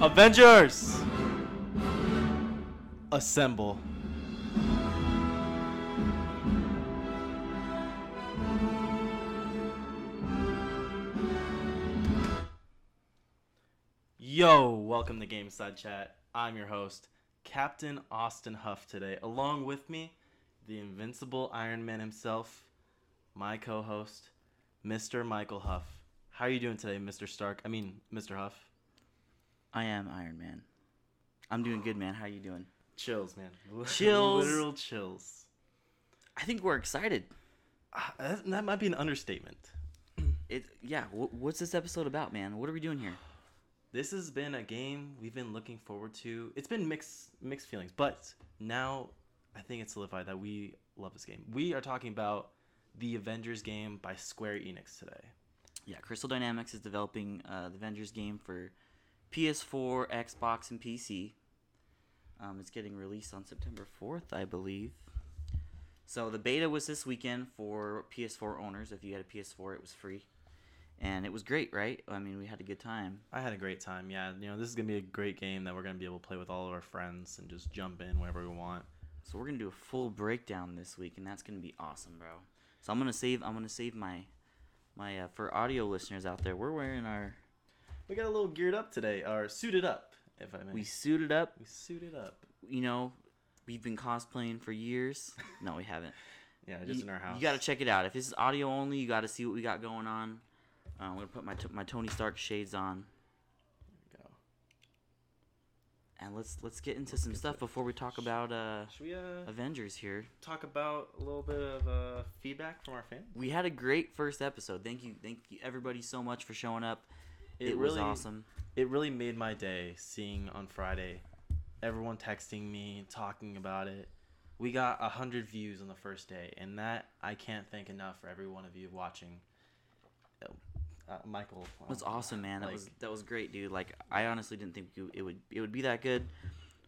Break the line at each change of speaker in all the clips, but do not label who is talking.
Avengers! Assemble. Yo, welcome to GameSide Chat. I'm your host, Captain Austin Huff, today. Along with me, the invincible Iron Man himself, my co host, Mr. Michael Huff. How are you doing today, Mr. Stark? I mean, Mr. Huff.
I am Iron Man. I'm doing good, man. How you doing?
Chills, man.
Chills.
Literal chills.
I think we're excited.
Ah, That, that might be an understatement.
It yeah. wh- what's this episode about, man? What are we doing here?
This has been a game we've been looking forward to. It's been mixed mixed feelings, but now I think it's solidified that we love this game. We are talking about the Avengers game by Square Enix today.
Yeah, Crystal Dynamics is developing uh, the Avengers game for PS4, Xbox, and PC. Um, it's getting released on September 4th, I believe. So the beta was this weekend for PS4 owners. If you had a PS4, it was free, and it was great, right? I mean, we had a good time.
I had a great time. Yeah, you know, this is going to be a great game that we're going to be able to play with all of our friends and just jump in whenever we want.
So we're gonna do a full breakdown this week, and that's gonna be awesome, bro. So I'm gonna save. I'm gonna save my, my uh, for audio listeners out there. We're wearing our.
We got a little geared up today, or suited up, if I may.
We suited up.
we suited up.
You know, we've been cosplaying for years. No, we haven't.
Yeah, just
You-
in our house.
You gotta check it out. If this is audio only, you gotta see what we got going on. Uh, I'm gonna put my t- my Tony Stark shades on,
Go.
and let's let's get into some stuff before we talk about uh,
Should we uh,
Avengers here.
talk about a little bit of uh, feedback from our fans?
We had a great first episode. Thank you, thank you everybody so much for showing up. It,
It
was
really-
awesome.
It really made my day seeing on Friday everyone texting me, talking about it. We got 100 views on the first day, and that I can't thank enough for every one of you watching. Uh, Uh, Michael. um,
That's awesome, man. That
like,
was that was great, dude. Like I honestly didn't think you- it would it would be that good.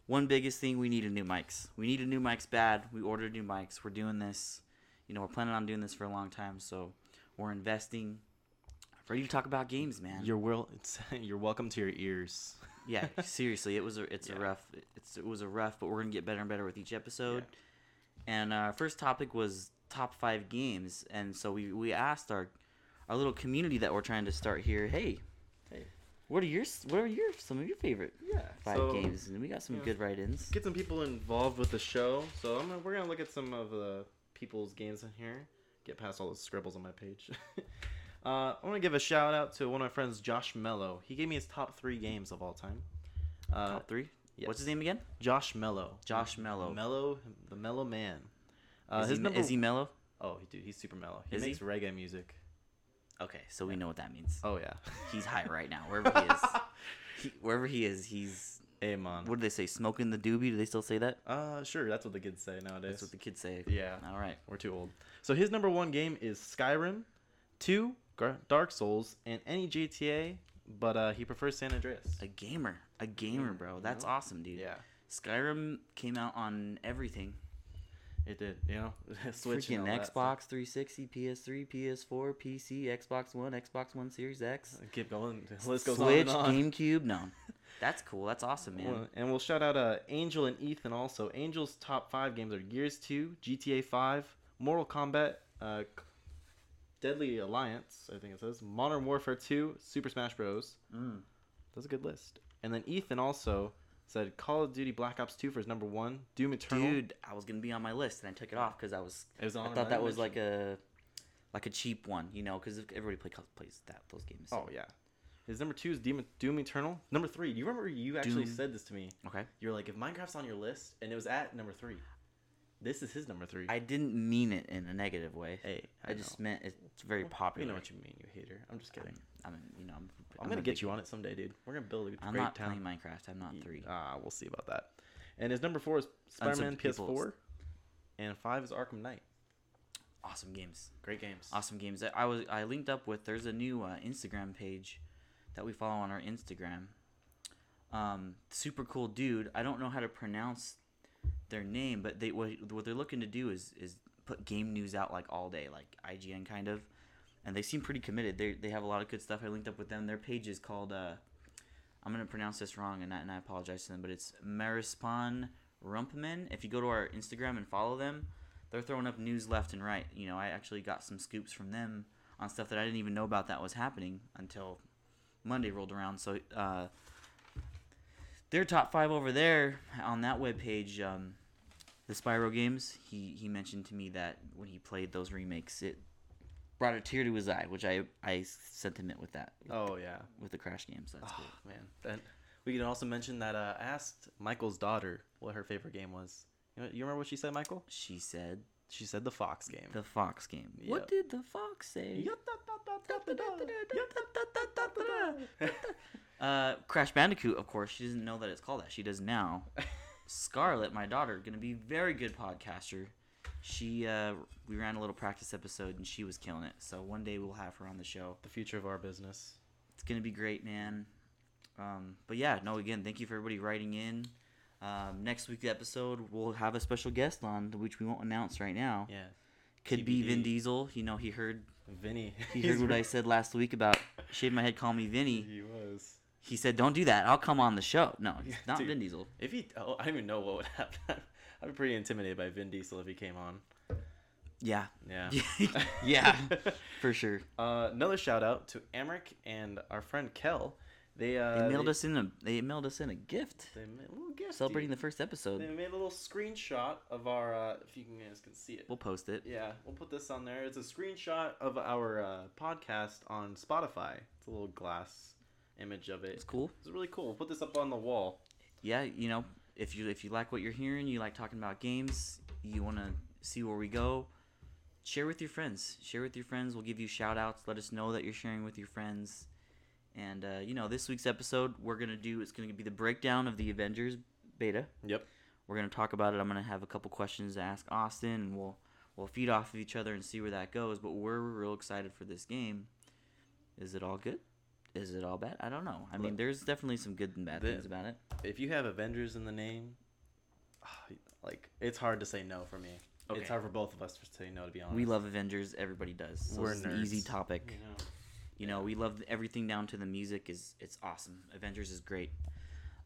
One biggest thing we needed new mics. We needed new mics bad. We ordered new mics. We're doing this. You know, we're planning on doing this for a long time, so we're investing. Ready to talk about games, man.
You're, wel- it's, you're welcome to your ears.
yeah, seriously, it was a it's
Yeah.
a rough it's it was a rough, but we're gonna get better and better with each episode.
Yeah.
And uh, our first topic was top five games, and so we we asked our our little community that we're trying to start here. Hey,
Hey.
what are your what are your some of your favorite
Yeah.
five games, and we got some
yeah.
good write-ins.
Get some people involved with the show. So I'm gonna, we're going to look at some of the people's games in here. Get past all the scribbles on my page. uh, I want to give a shout out to one of my friends, Josh Mello. He gave me his top three games of all time. Uh,
Top three.
yes.
What's his name again?
Josh Mello.
Josh Mello.
Mello, the Mellow Man. Uh,
is,
his
he,
number.
is he mellow?
Oh, dude, he's super mellow. He
Is he?
makes reggae music.
Okay, so we know what that means.
Oh yeah.
He's high right now, wherever he is. He, wherever he is, he's
hey man.
what do they say? Smoking the doobie? Do they still say that?
Uh, sure. That's what the kids say nowadays.
That's what the kids say.
Yeah.
All right.
We're too old. So his number one game is Skyrim, two Gar- Dark Souls, and any GTA, but uh, he prefers San Andreas.
A gamer, a gamer, bro. That's awesome, dude.
Yeah,
Skyrim came out on everything.
it did. You know, Switch and
Freaking
all that stuff.
Xbox 360, PS3, PS4, PC, Xbox One, Xbox One Series X,
Keep going. The list goes
Switch,
on and on.
GameCube. No, that's cool. That's awesome, man.
Well, And we'll shout out uh, Angel and Ethan also. Angel's top five games are Gears 2, GTA 5, Mortal Kombat, uh, C- Deadly Alliance, I think it says, Modern Warfare 2, Super Smash Bros.
Mm.
That's a good list. And then Ethan also said Call of Duty Black Ops 2 for his number one, Doom Eternal.
Dude, I was gonna be on my list and I took it off because I was.
It was on
I
another
thought that was
mention.
like a, like a cheap one, you know, because everybody play, plays that those games.
Oh yeah. His number two is Demon, Doom Eternal. Number three, you remember you actually
Doom.
said this to me.
Okay.
You're like, if Minecraft's on your list, and it was at number three, this is his number three.
I didn't mean it in a negative way.
hey,
I, just meant it's very
You
popular.
know what you mean, you hater. I'm just kidding.
I mean, you know, I'm,
I'm, gonna get you on it someday, dude. We're gonna build a
I'm
great
not
town.
playing Minecraft. I'm not three.
Ah, we'll see about that. And his number four is
Unsub-
Spider-Man
people-
PS4, and five is Arkham Knight.
Awesome games.
Great games.
Awesome games. I, I was I linked up with. There's a new uh, Instagram page that we follow on our Instagram. Um, super cool dude. I don't know how to pronounce their name, but they what, what they're looking to do is is put game news out like all day, like IGN kind of. And they seem pretty committed. They they have a lot of good stuff. I linked up with them. Their page is called. Uh, I'm gonna pronounce this wrong, and I, and I apologize to them, but it's Marispan Rumpman. If you go to our Instagram and follow them, they're throwing up news left and right. You know, I actually got some scoops from them on stuff that I didn't even know about that was happening until Monday rolled around. So uh, their top five over there on that webpage, um, the Spyro games. He he mentioned to me that when he played those remakes, it brought a tear to his eye, which I I sentiment with that
Oh yeah,
with the Crash games. That's
oh,
cool.
man. Then we can also mention that uh, I asked Michael's daughter what her favorite game was. You, know, you remember what she said, Michael?
She said
She said the Fox game.
the Fox game.
Yep.
What did the Fox say? Uh, Crash Bandicoot, of course, she doesn't know that it's called that. She does now. Scarlett, my daughter, gonna be very good podcaster. She, uh, we ran a little practice episode and she was killing it. So one day we'll have her on the show.
the future of our business.
It's gonna be great, man. Um, but yeah, no, again, thank you for everybody writing in. Um, next week's episode, we'll have a special guest on, which we won't announce right now.
Yeah,
Could be Vin
TBD.
Diesel. You know, he heard
Vinny.
he heard what I said last week about shave my head, call me Vinny.
He was.
He said, "Don't do that. I'll come on the show." No, it's
Yeah,
not
dude.
Vin Diesel.
If he, oh, I don't even know what would happen. I'd be pretty intimidated by Vin Diesel if he came on.
Yeah,
Yeah.
yeah, for sure.
Uh, another shout out to Amric and our friend Kel. They
They
uh,
mailed us in a they mailed us in a gift
They made a little gift.
celebrating
dude.
the first
They
episode.
made a little screenshot of our. Uh, if you can, you guys can see it.
We'll post it.
Yeah, we'll put this on there. It's a screenshot of our uh, podcast on Spotify. It's a little glass image of it.
It's cool.
It's really cool. We'll put this up on the wall.
Yeah, you know, if you if you like what you're hearing, you like talking about games, you want to see where we go. Share with your friends. Share with your friends. We'll give you shout outs. Let us know that you're sharing with your friends. And uh, you know, this week's episode, we're gonna do. It's gonna be the breakdown of the Avengers beta.
Yep.
we're gonna talk about it. I'm gonna have a couple questions to ask Austin, and we'll we'll feed off of each other and see where that goes. But we're real excited for this game. Is it all good? Is it all bad? I don't know. I mean,
Look.
there's definitely some good and bad
The-
things about it.
If you have Avengers in the name, like it's hard to say no for me.
Okay.
It's hard for both of us to say no. To be honest,
We love Avengers. Everybody does. So
We're
it's an easy
nerds.
topic.
You know.
You know, we love everything down to the music is it's awesome. Avengers is great.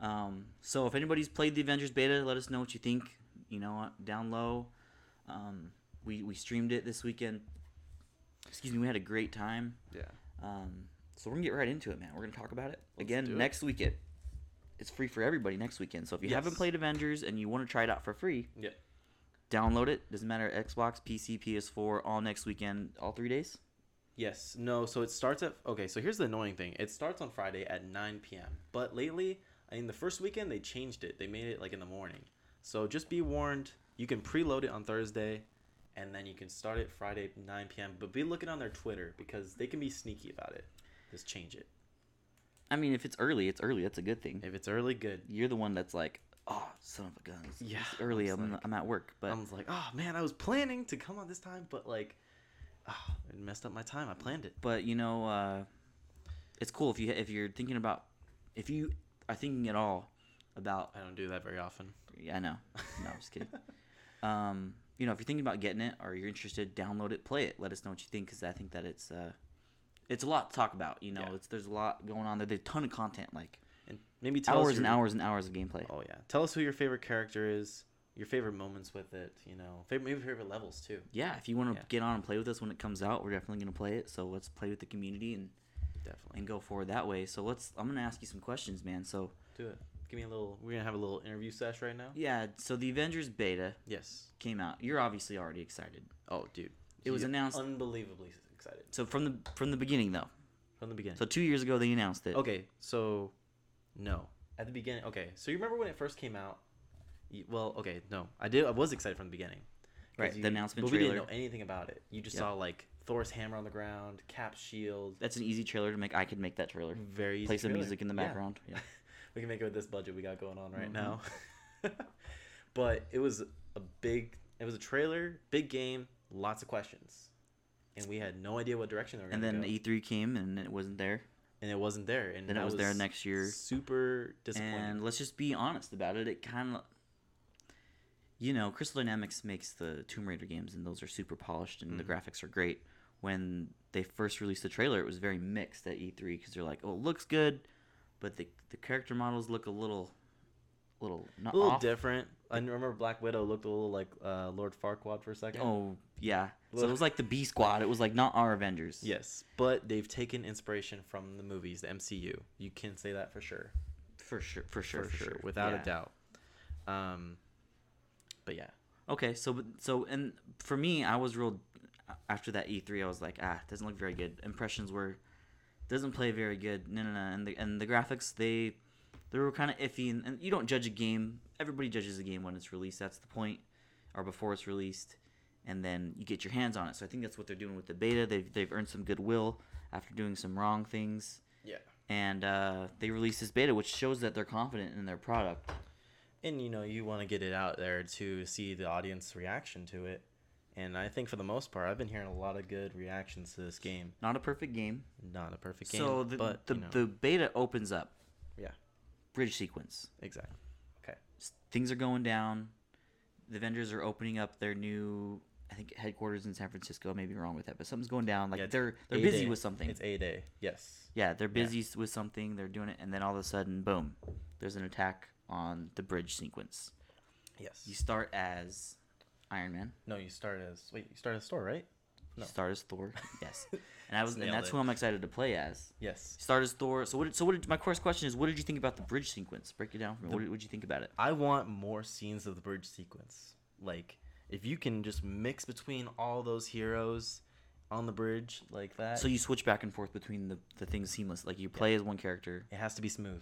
Um, so if anybody's played the Avengers beta, let us know what you think. You know, uh, down low. Um, we we streamed it this weekend. Excuse me, we had a great time.
Yeah.
Um, so we're gonna get right into it, man. We're gonna talk about it
Let's do
again
it.
next weekend. It's free for everybody next weekend. So if you haven't
Yes.
played Avengers and you want to try it out for free,
Yeah.
download it. Doesn't matter Xbox, PC, PS4, all next weekend, all three days.
Yes. No. So it starts at okay. So here's the annoying thing. It starts on Friday at 9 p.m. But lately, I mean, the first weekend they changed it. They made it like in the morning. So just be warned. You can preload it on Thursday, and then you can start it Friday at 9 p.m. But be looking on their Twitter because they can be sneaky about it. Just change it.
I mean, if it's early, it's early. That's a good thing.
If it's early, good.
You're the one that's like, oh, son of a guns.
Yeah,
It's early.
I was
I'm,
like-
I'm at work, but
I was like, oh man, I was planning to come on this time, but like, ah, it messed up my time. I planned it.
but you know, uh, it's cool if you if you're thinking about if you are thinking at all about
I don't do that very often.
Yeah, I know. No, I'm just kidding. Um, you know, if you're thinking about getting it or you're interested, download it, play it. Let us know what you think because I think that it's uh, it's a lot to talk about. You know,
Yeah.
it's there's a lot going on there. There's a ton of content, like
And maybe tell
hours
us
and
your-
hours and hours of gameplay.
Oh yeah. Tell us who your favorite character is, your favorite moments with it, you know, fav- maybe favorite levels too.
Yeah, if you want to
Yeah.
get on and play with us when it comes out, we're definitely gonna play it. So let's play with the community and
Definitely.
and go forward that way. So let's. I'm gonna ask you some questions, man. So
Do it. Give me a little. We're gonna have a little interview sesh right now.
yeah, so the Avengers beta
Yes.
came out. You're obviously already excited.
Oh, dude.
It was
Yeah.
announced-
Unbelievably excited.
So from the from the beginning though,
From the beginning.
So two years ago they announced it.
okay, so no. At the beginning, okay. So you remember when it first came out? You, well, okay, no. I did I was excited from the beginning. 'Cause
Right, the
you-
announcement
but we
trailer.
didn't know anything about it. You just
Yep.
saw like Thor's hammer on the ground, Cap's shield.
That's an easy trailer to make. I could make that trailer.
Very easy
Play some
trailer.
music in the
Yeah.
background. Yeah.
we can make it with this budget we got going on right
Mhm.
now. but it was a big, it was a trailer, big game, lots of questions, and we had no idea what direction they were going
And
to go.
then E3 came and it wasn't there.
and it wasn't there. And
Then it
that
was there next year.
Super disappointing.
And let's just be honest about it. It kind of, you know, Crystal Dynamics makes the Tomb Raider games, and those are super polished, and the
Mm.
graphics are great. When they first released the trailer, it was very mixed at E3 because they're like, "Oh, it looks good," but the the character models look a little, little not
a little
off.
different. I remember Black Widow looked a little like uh, Lord Farquaad for a second.
Oh yeah, so
Look.
it was like the B Squad. It was like not our Avengers.
Yes, but they've taken inspiration from the movies, the MCU. You can say that for sure.
for sure, for sure,
for, sure, without
Yeah.
a doubt. Um, but yeah,
Okay, so but- so and for me, I was real after that E3. I was like, ah, doesn't look very good. Impressions were doesn't play very good. No, no, no. And the and the graphics they they were kind of iffy. And, and you don't judge a game. Everybody judges a game when it's released. That's the point, or before it's released, and then you get your hands on it. So I think that's what they're doing with the beta. They've they've earned some goodwill after doing some wrong things,
yeah.
and uh, they released this beta, which shows that they're confident in their product.
and you know you want to get it out there to see the audience reaction to it and i think for the most part i've been hearing a lot of good reactions to this game
Not a perfect game.
not a perfect game
so the
but
the,
you know,
the beta opens up.
yeah
bridge sequence.
exactly okay
S- Things are going down. The vendors are opening up their new, I think, headquarters in San Francisco. I may be wrong with that, but something's going down. Like
Yeah, it's
they're they're
A
busy
Day.
with something.
it's a day yes
yeah, they're busy s with something. They're doing it, and then all of a sudden, boom! There's an attack on the bridge sequence.
yes
You start as Iron Man.
no you start as wait you start as Thor, right
You
No.
start as Thor. yes, and I was, and
Nailed
that's
it.
who I'm excited to play as.
yes
Start as Thor. So what? Did, so what? Did, my first question is, what did you think about the bridge sequence? Break it down for me. What did, what did you think about it?
i want more scenes of the bridge sequence like if you can just mix between all those heroes on the bridge like that
So you switch back and forth between the, the things seamless. Like you play as one character,
it has to be smooth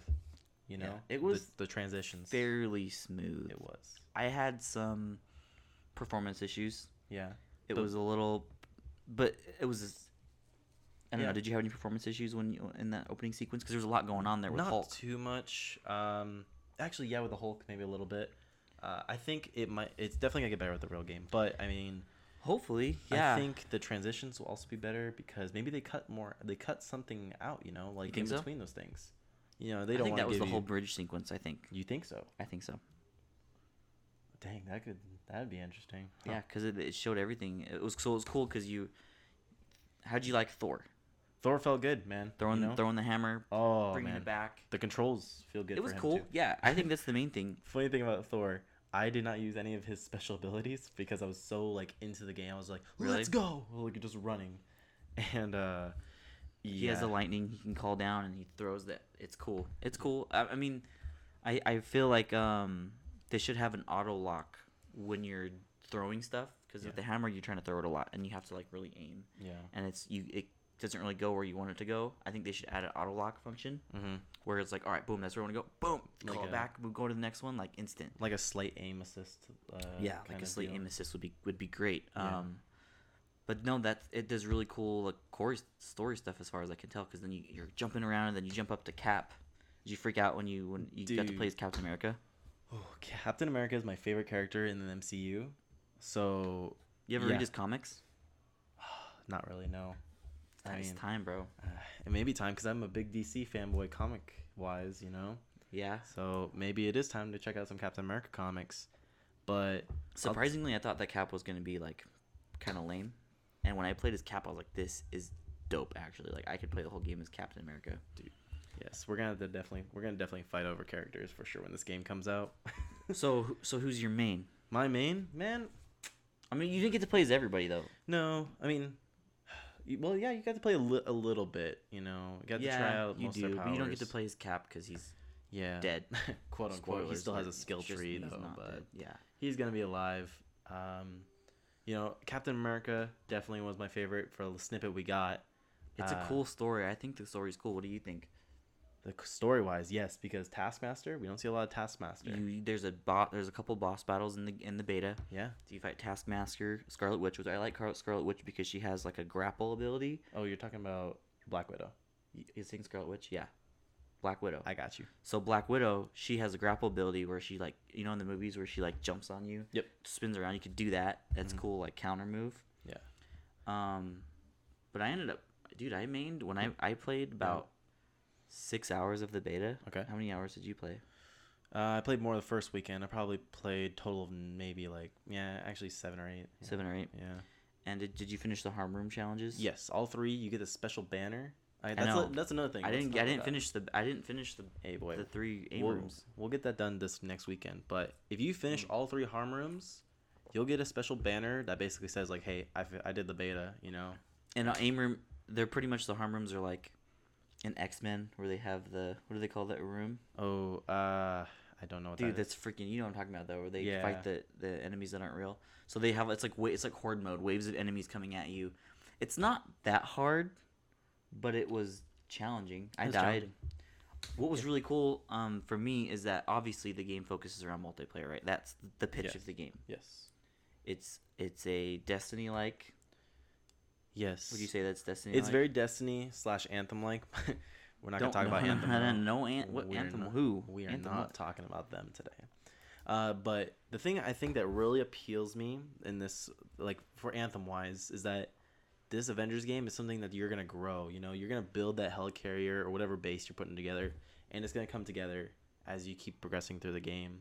you know
Yeah, it
The-
was
the, transitions
fairly smooth.
it was
I had some performance issues.
yeah
It
But-
was a little, but it was. I don't
Yeah.
know. Did you have any performance issues when you in that opening sequence? Because there was a lot going on there with
not
Hulk.
too much. Um, actually, yeah, with the Hulk, maybe a little bit. Uh, I think it might. It's definitely gonna get better with the real game, but I mean,
Hopefully, yeah.
I think the transitions will also be better because maybe they cut more. They cut something out, you know, like in
think so?
between those things. You know,
I
they don't
think
want
that
to
was
give
the
you.
whole bridge sequence. I think.
You think so?
I think so.
Dang, that could that'd be interesting. Huh.
Yeah, because it, it showed everything. It was so it was cool because you. How'd you like Thor
Thor felt good, man.
throwing
you know?
throwing the hammer,
Oh
bringing
man,
it back?
the controls feel good.
It
for
was
him,
cool.
too.
Yeah, I think that's the main thing.
funny thing about Thor, I did not use any of his special abilities because I was so like into the game. I was like,
Really?
"Let's go!" Like just running, and uh, yeah.
He has the lightning he can call down and he throws that. It's cool. It's cool. I, I mean, I, I feel like um they should have an auto lock when you're throwing stuff because
Yeah.
with the hammer you're trying to throw it a lot and you have to like really aim
yeah.
and it's you it doesn't really go where you want it to go. I think they should add an auto lock function
Mm-hmm.
where it's like all right, boom, that's where I want to go. Boom,
Like
call
a-
it back. We go to the next one like instant.
Like a slight aim assist. Uh,
yeah, like
kind
a
of
slate
deal.
aim assist would be would be great.
Yeah.
Um, but no, that it does really cool like core s- story stuff as far as I can tell. Because then you, you're jumping around and then you jump up to Cap. Did you freak out when you when you got to play
Dude.
as Captain America?
Oh, Captain America is my favorite character in the MCU, so
You ever
Yeah.
read his comics?
not really no.
That
I
is
mean,
time, bro.
uh, it may be time because I'm a big DC fanboy comic wise, you know.
Yeah.
So maybe it is time to check out some Captain America comics, but
Surprisingly, I thought that Cap was gonna be like kind of lame. And when I played as Cap, I was like, this is dope. Actually, like I could play the whole game as Captain America.
Yes, we're gonna have to definitely we're gonna definitely fight over characters for sure when this game comes out.
So who- so who's your main?
My main man,
I mean, you didn't get to play as everybody though.
no, I mean, you- well, yeah, you got to play a, li- a little bit, you know, you got to try out
you
most of
do,
their
but you don't get to
powers.
play as Cap because he's
yeah,
dead.
quote unquote. he
Spoilers,
still has a
but
skill
it's just-
tree
he's
though,
not
but
dead. yeah,
he's gonna be alive. Um, you know, Captain America definitely was my favorite for the snippet we got.
It's a
Uh,
cool story. I think the story's cool. What do you think?
The story wise, yes, because Taskmaster, we don't see a lot of Taskmaster.
You, there's a bot. There's a couple boss battles in the in the beta.
yeah.
So you fight Taskmaster, Scarlet Witch, which I like Scar- Scarlet Witch because she has like a grapple ability.
Oh, you're talking about Black Widow.
You, you think Scarlet Witch? Yeah. Black Widow.
I got you.
So Black Widow, she has a grapple ability where she like you know in the movies where she like jumps on you,
Yep.
spins around. You could do that. That's
Mhm.
cool, like counter move.
Yeah.
Um, but I ended up, dude. I mained when I
Mm-hmm.
I played about six hours of the beta.
Okay.
How many hours did you play?
Uh, I played more the first weekend. I probably played total of maybe like yeah, actually seven or eight. Yeah.
Seven or eight.
Yeah.
And did, did you finish the harm room challenges?
Yes, all three. You get a special banner. I, that's
know.
a- that's another thing.
I
let's
didn't.
talk
I didn't
about.
finish the. I didn't finish the
Hey boy,
the three aim
we'll,
rooms.
we'll get that done this next weekend. But if you finish all three harm rooms, you'll get a special banner that basically says like, "Hey, I, fi- I did the beta," you know.
And uh, aim room. They're pretty much the harm rooms are like, in X Men where they have the what do they call that room?
Oh, uh, I don't know what
Dude,
that is.
that's freaking. You know what I'm talking about though, where they
Yeah.
fight the the enemies that aren't real. So they have it's like wa- it's like horde mode, waves of enemies coming at you. It's not that hard, but it was challenging. I
It was
died.
challenging.
What was really cool um, for me is that obviously the game focuses around multiplayer, right? That's the pitch
Yes.
of the game.
Yes.
It's it's a Destiny like.
Yes.
Would you say that's Destiny?
It's very Destiny slash Anthem like. We're not
Don't
gonna talk about
no,
Anthem.
No,
though.
no, no, an- what
We're
anthem?
not-
Who?
We are
anthem
not
what?
talking about them today. Uh, but the thing I think that really appeals me in this, like for Anthem wise, is that this Avengers game is something that you're gonna grow. You know, you're gonna build that hell carrier or whatever base you're putting together, and it's gonna come together as you keep progressing through the game,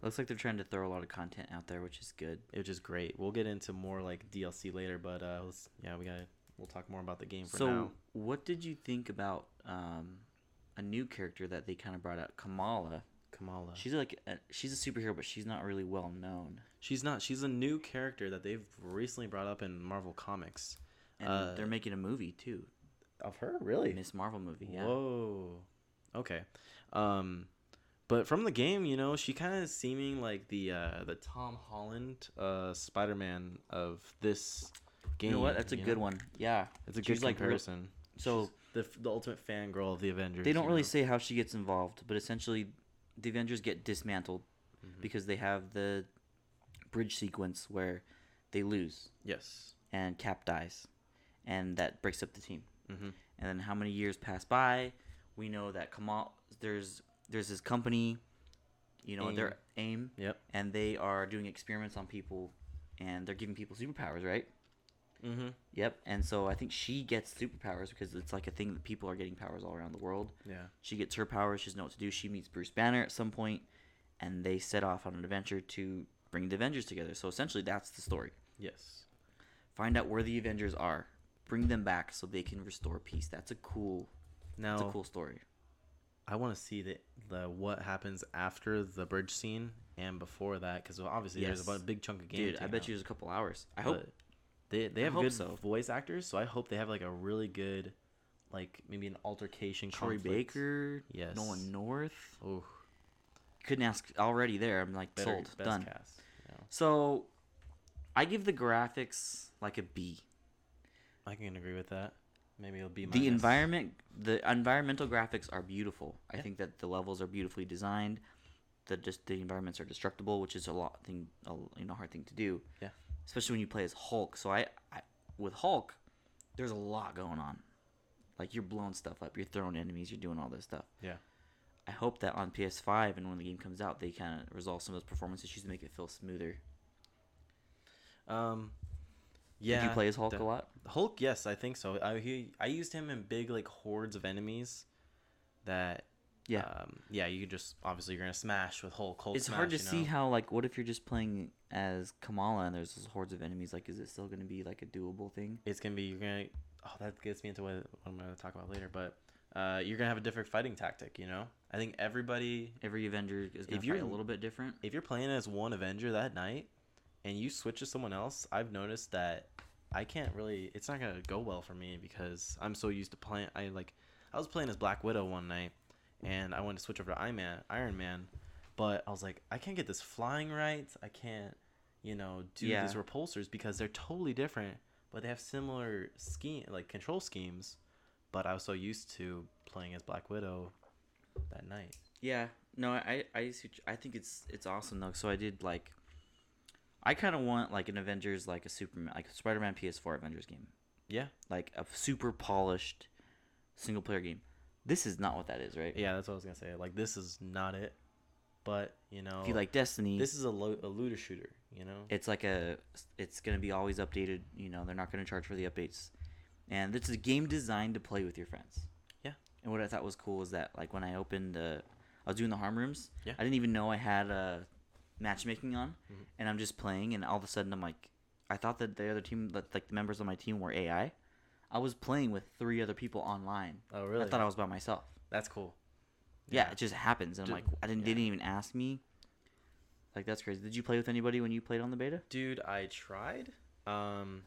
Looks like they're trying to throw a lot of content out there, which is good.
which is great. We'll get into more like DLC later, but uh, let's, yeah, we gotta we'll talk more about the game for
So,
now.
what did you think about um, a new character that they kind of brought out, Kamala?
Uh-huh. Kamala.
She's like a, she's a superhero, but she's not really well known,
She's not. She's a new character that they've recently brought up in Marvel Comics.
and
Uh,
they're making a movie too,
Of her, really?
Miss Marvel movie. Yeah,
Whoa. Okay. Um, but from the game, you know, she kind of seeming like the uh, the Tom Holland uh, Spider Man of this game.
you know what? That's a good
know?
one. Yeah,
It's a
She's
good
like real-
comparison.
so
the the ultimate fangirl of the Avengers.
they don't
you
really
know?
say how she gets involved, but essentially, the Avengers get dismantled
Mm-hmm.
because they have the bridge sequence where they lose
Yes.
and Cap dies, and that breaks up the team.
Mhm.
And then how many years pass by? We know that Kamal there's there's this company, you know, their aim,
Yep.
and they are doing experiments on people, and they're giving people superpowers, right?
Mm-hmm.
Yep. And so I think she gets superpowers because it's like a thing that people are getting powers all around the world.
Yeah.
She gets her powers. She doesn't know what to do. She meets Bruce Banner at some point, and they set off on an adventure to bring the Avengers together. So essentially, that's the story
Yes.
find out where the Avengers are, bring them back so they can restore peace. That's a cool,
Now
that's a cool story.
I want to see the, the what happens after the bridge scene and before that because obviously there's
Yes.
about a big chunk of game.
Dude, I
taken
bet
out.
you there's a couple hours. I hope
But they they have
hope
good
so.
voice actors, so I hope they have like a really good, like maybe an altercation.
Troy
conflict.
Baker,
Yes.
Nolan North.
Oh,
Couldn't ask already there. I'm like
better
sold,
best
done.
cast. you know.
So, I give the graphics like a B.
I can agree with that. Maybe it'll be
The environment, the environmental graphics are beautiful. I think that the levels are beautifully designed. The just the environments are destructible, which is a lot thing, a, you know, hard thing to do.
Yeah.
especially when you play as Hulk. So I, I with Hulk, there's a lot going on. Like you're blowing stuff up, you're throwing enemies, you're doing all this stuff.
Yeah.
I hope that on PS5 and when the game comes out, they kind of resolve some of those performance issues to make it feel smoother.
Um. Yeah.
Did you play as Hulk
the-
a lot?
Hulk, yes, I think so. I he, I used him in big like hordes of enemies. That
Yeah.
um, yeah. You could just obviously you're gonna smash with Hulk. Hulk
it's hard to
smash, you
see
know?
how like what if you're just playing as Kamala and there's those hordes of enemies? Like, is it still going to be like a doable thing?
it's gonna be you're gonna oh that gets me into what, what I'm gonna talk about later, but uh, you're gonna have a different fighting tactic. You know, I think everybody
Every Avenger is going
If
to fight a
you're-
little bit different.
if you're playing as one Avenger that night and you switch to someone else, I've noticed that I can't really it's not gonna go well for me because I'm so used to playing I like I was playing as Black Widow one night and I wanted to switch over to Iron Man Iron Man, but I was like, I can't get this flying right, I can't, you know, do
Yeah.
these repulsors because they're totally different but they have similar scheme, like control schemes. But I was so used to playing as Black Widow that night.
Yeah, no, I I used to, I think it's it's awesome though. So I did like, I kind of want like an Avengers like a Superman like a Spider Man PS4 Avengers game,
Yeah,
like a super polished single player game. This is not what that is, right?
yeah, that's what I was gonna say. Like this is not it, but you know,
If you like Destiny,
this is a, lo- a looter shooter. You know,
it's like a it's gonna be always updated. You know, they're not gonna charge for the updates, and this is a game designed to play with your friends.
Yeah.
And what I thought was cool is that like when I opened the, I was doing the harm rooms.
Yeah.
I didn't even know I had a matchmaking on,
Mhm.
and I'm just playing, and all of a sudden I'm like, I thought that the other team, that like the members of my team were AI. I was playing with three other people online.
oh really?
I thought I was by myself.
that's cool.
Yeah,
Yeah.
it just happens, and I'm
Ju-
like, I didn't, they didn't even ask me. Like that's crazy. Did you play with anybody when you played on the beta?
Dude, I tried. Um,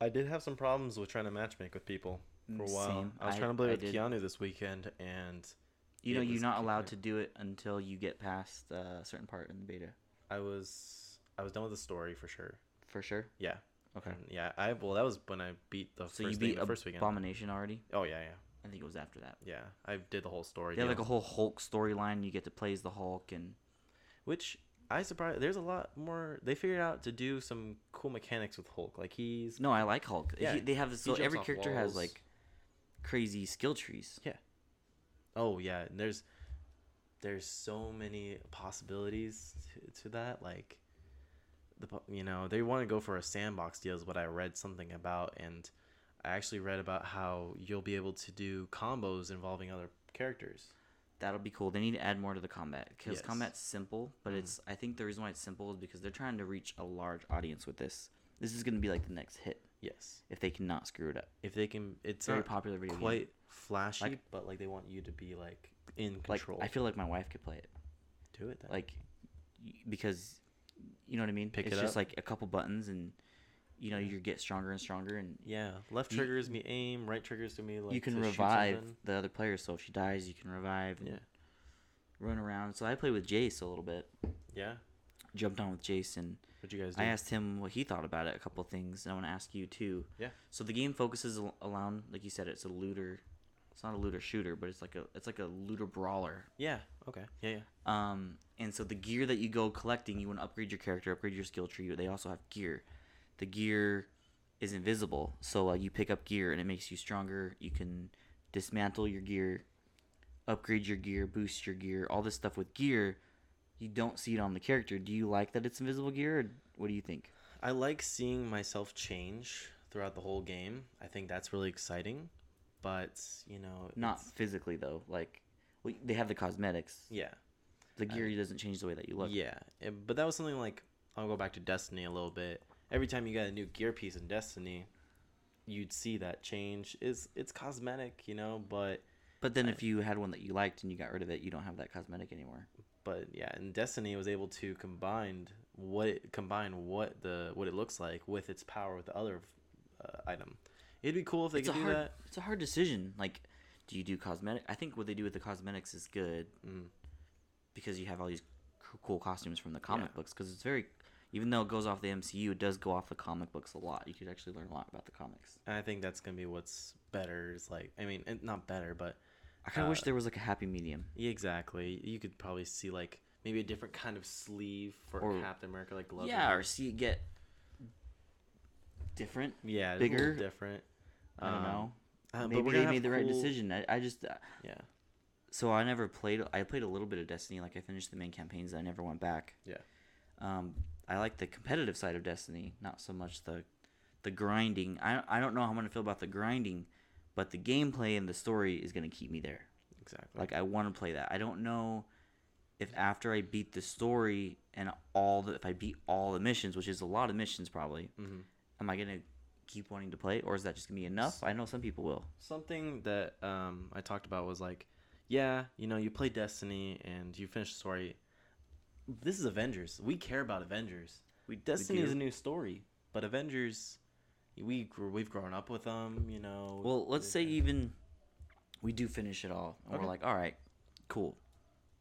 I did have some problems with trying to matchmake with people for a while.
Same.
I was
I-
trying to play
I
with
did.
Keanu this weekend, and
You know,
It
you're
was
not allowed
killer.
to do it until you get past uh, a certain part in the beta,
I was I was done with the story for sure.
for sure.
Yeah.
Okay.
And yeah. I well, that was when I beat the
So you
first
beat
thing, the first weekend.
Abomination already?
oh yeah, yeah,
I think it was after that.
yeah. I did the whole story.
They have
deal,
like a whole Hulk storyline. You get to play as the Hulk, and
which I surprised. There's a lot more. They figured out to do some cool mechanics with Hulk. Like he's
no, I like Hulk. He-
Yeah,
they have this.
he
So
jumps
every
off
character has
walls.
like crazy skill trees.
oh yeah. And there's there's so many possibilities to, to that. Like the po- you know they want to go for a sandbox deal is what I read something about, and I actually read about how you'll be able to do combos involving other characters.
That'll be cool. They need to add more to the combat because
Yes. Mm-hmm.
combat's simple, but it's. I think the reason why it's simple is because they're trying to reach a large audience with this. This is going to be like the next hit
Yes.
if they cannot screw it up.
if they can it's
Very
not
popular video game.
quite flashy
Like-
but like they want you to be like in
Like
control
I feel like my wife could play it.
do it then.
like y- because you know what I mean.
Pick
it's
it
just
up.
like a couple buttons, and you know you get stronger and stronger, and
yeah left
you-
triggers me aim right triggers to me like
you can
to shoot
revive
something.
the other player. So if she dies, you can revive. And
yeah
Run around. So I played with Jace a little bit.
yeah
Jumped on with Jace, and
what you guys do
I asked him what he thought about it. A couple things, and I want to ask you too.
Yeah.
So the game focuses al- around, like you said, it's a looter. It's not a looter shooter, but it's like a it's like a looter brawler.
yeah okay yeah yeah
Um, and so the gear that you go collecting, you want to upgrade your character, upgrade your skill tree. They also have gear. The gear is invisible, so uh, you pick up gear and it makes you stronger. You can dismantle your gear, upgrade your gear, boost your gear, all this stuff with gear. You don't see it on the character. Do you like that it's invisible gear? Or what do you think?
I like seeing myself change throughout the whole game I think that's really exciting but you know
Not
it's-
physically though. Like well, they have the cosmetics.
yeah
The gear doesn't change the way that you look.
Uh, Yeah, and- but that was something like I'll go back to Destiny a little bit. Every time you got a new gear piece in Destiny, you'd see that change. Is it's cosmetic, you know, but
But then if you had one that you liked and you got rid of it, you don't have that cosmetic anymore.
but yeah, in Destiny it was able to combine what it, combine what the what it looks like with its power with the other uh, item. It'd be cool if they
it's a
could do
hard,
that.
It's a hard decision. Like, do you do cosmetic? I think what they do with the cosmetics is good
Mm.
because you have all these c- cool costumes from the comic books. 'Cause books. Because it's very, even though it goes off the MCU, it does go off the comic books a lot. You could actually learn a lot about the comics.
And I think that's gonna be what's better. Is like I mean, it- not better, but
I kind of wish
Uh,
there was like a happy medium.
yeah, exactly. You could probably see like maybe a different kind of sleeve for
Or-
Captain America, like glove.
Yeah, or see it get different.
Yeah, it's a little
bigger.
different.
I don't
Um,
know.
uh, but
Maybe
we're gonna
they
have
made the right
cool-
decision. I, I just uh,
Yeah,
so I never played. I played a little bit of Destiny. Like I finished the main campaigns. I never went back.
Yeah.
Um, I like the competitive side of Destiny, not so much the the grinding. I I don't know how I'm gonna feel about the grinding, but the gameplay and the story is gonna keep me there.
exactly.
Like I want to play that. I don't know if after I beat the story and all the if I beat all the missions, which is a lot of missions probably,
Mhm.
am I gonna keep wanting to play, or is that just gonna be enough? I know some people will.
Something that um, I talked about was like, yeah, you know, you play Destiny and you finish the story. This is Avengers. We care about Avengers.
We
Destiny
do.
is a new story, but Avengers, we gr- we've grown up with them. You know.
Well, let's
they've
say
been-
even we do finish it all, and
Okay.
we're like, all right, cool.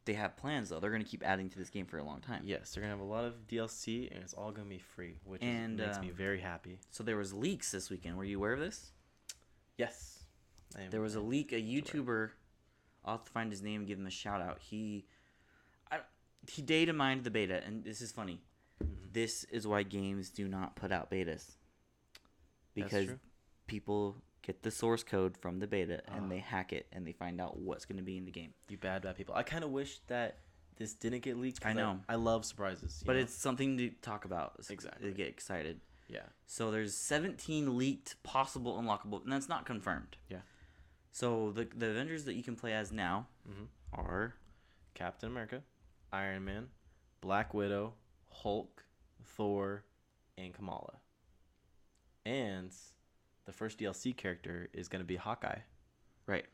they have plans though. They're gonna keep adding to this game for a long time.
Yes, they're gonna have a lot of DLC, and it's all gonna be free, which
And,
is, makes me
um,
very happy.
So there was leaks this weekend. Were you aware of this?
Yes, I am
There was a leak. A
aware.
YouTuber, I'll have to find his name and give him a shout out. He, I, he data mined the beta, and this is funny.
Mm-hmm.
This is why games do not put out betas. Because
true.
people get the source code from the beta
Ah.
and they hack it and they find out what's going to be in the game.
you bad bad people. I kind of wish that this didn't get leaked. 'cause
I know.
I, love surprises. you
But
know?
it's something to talk about. It's-
Exactly.
To get excited.
yeah,
So there's 17 leaked possible unlockable, and that's not confirmed.
Yeah.
So the the Avengers that you can play as now
Mhm.
are
Captain America, Iron Man, Black Widow, Hulk, Thor, and Kamala. And the first DLC character is gonna be Hawkeye.
right,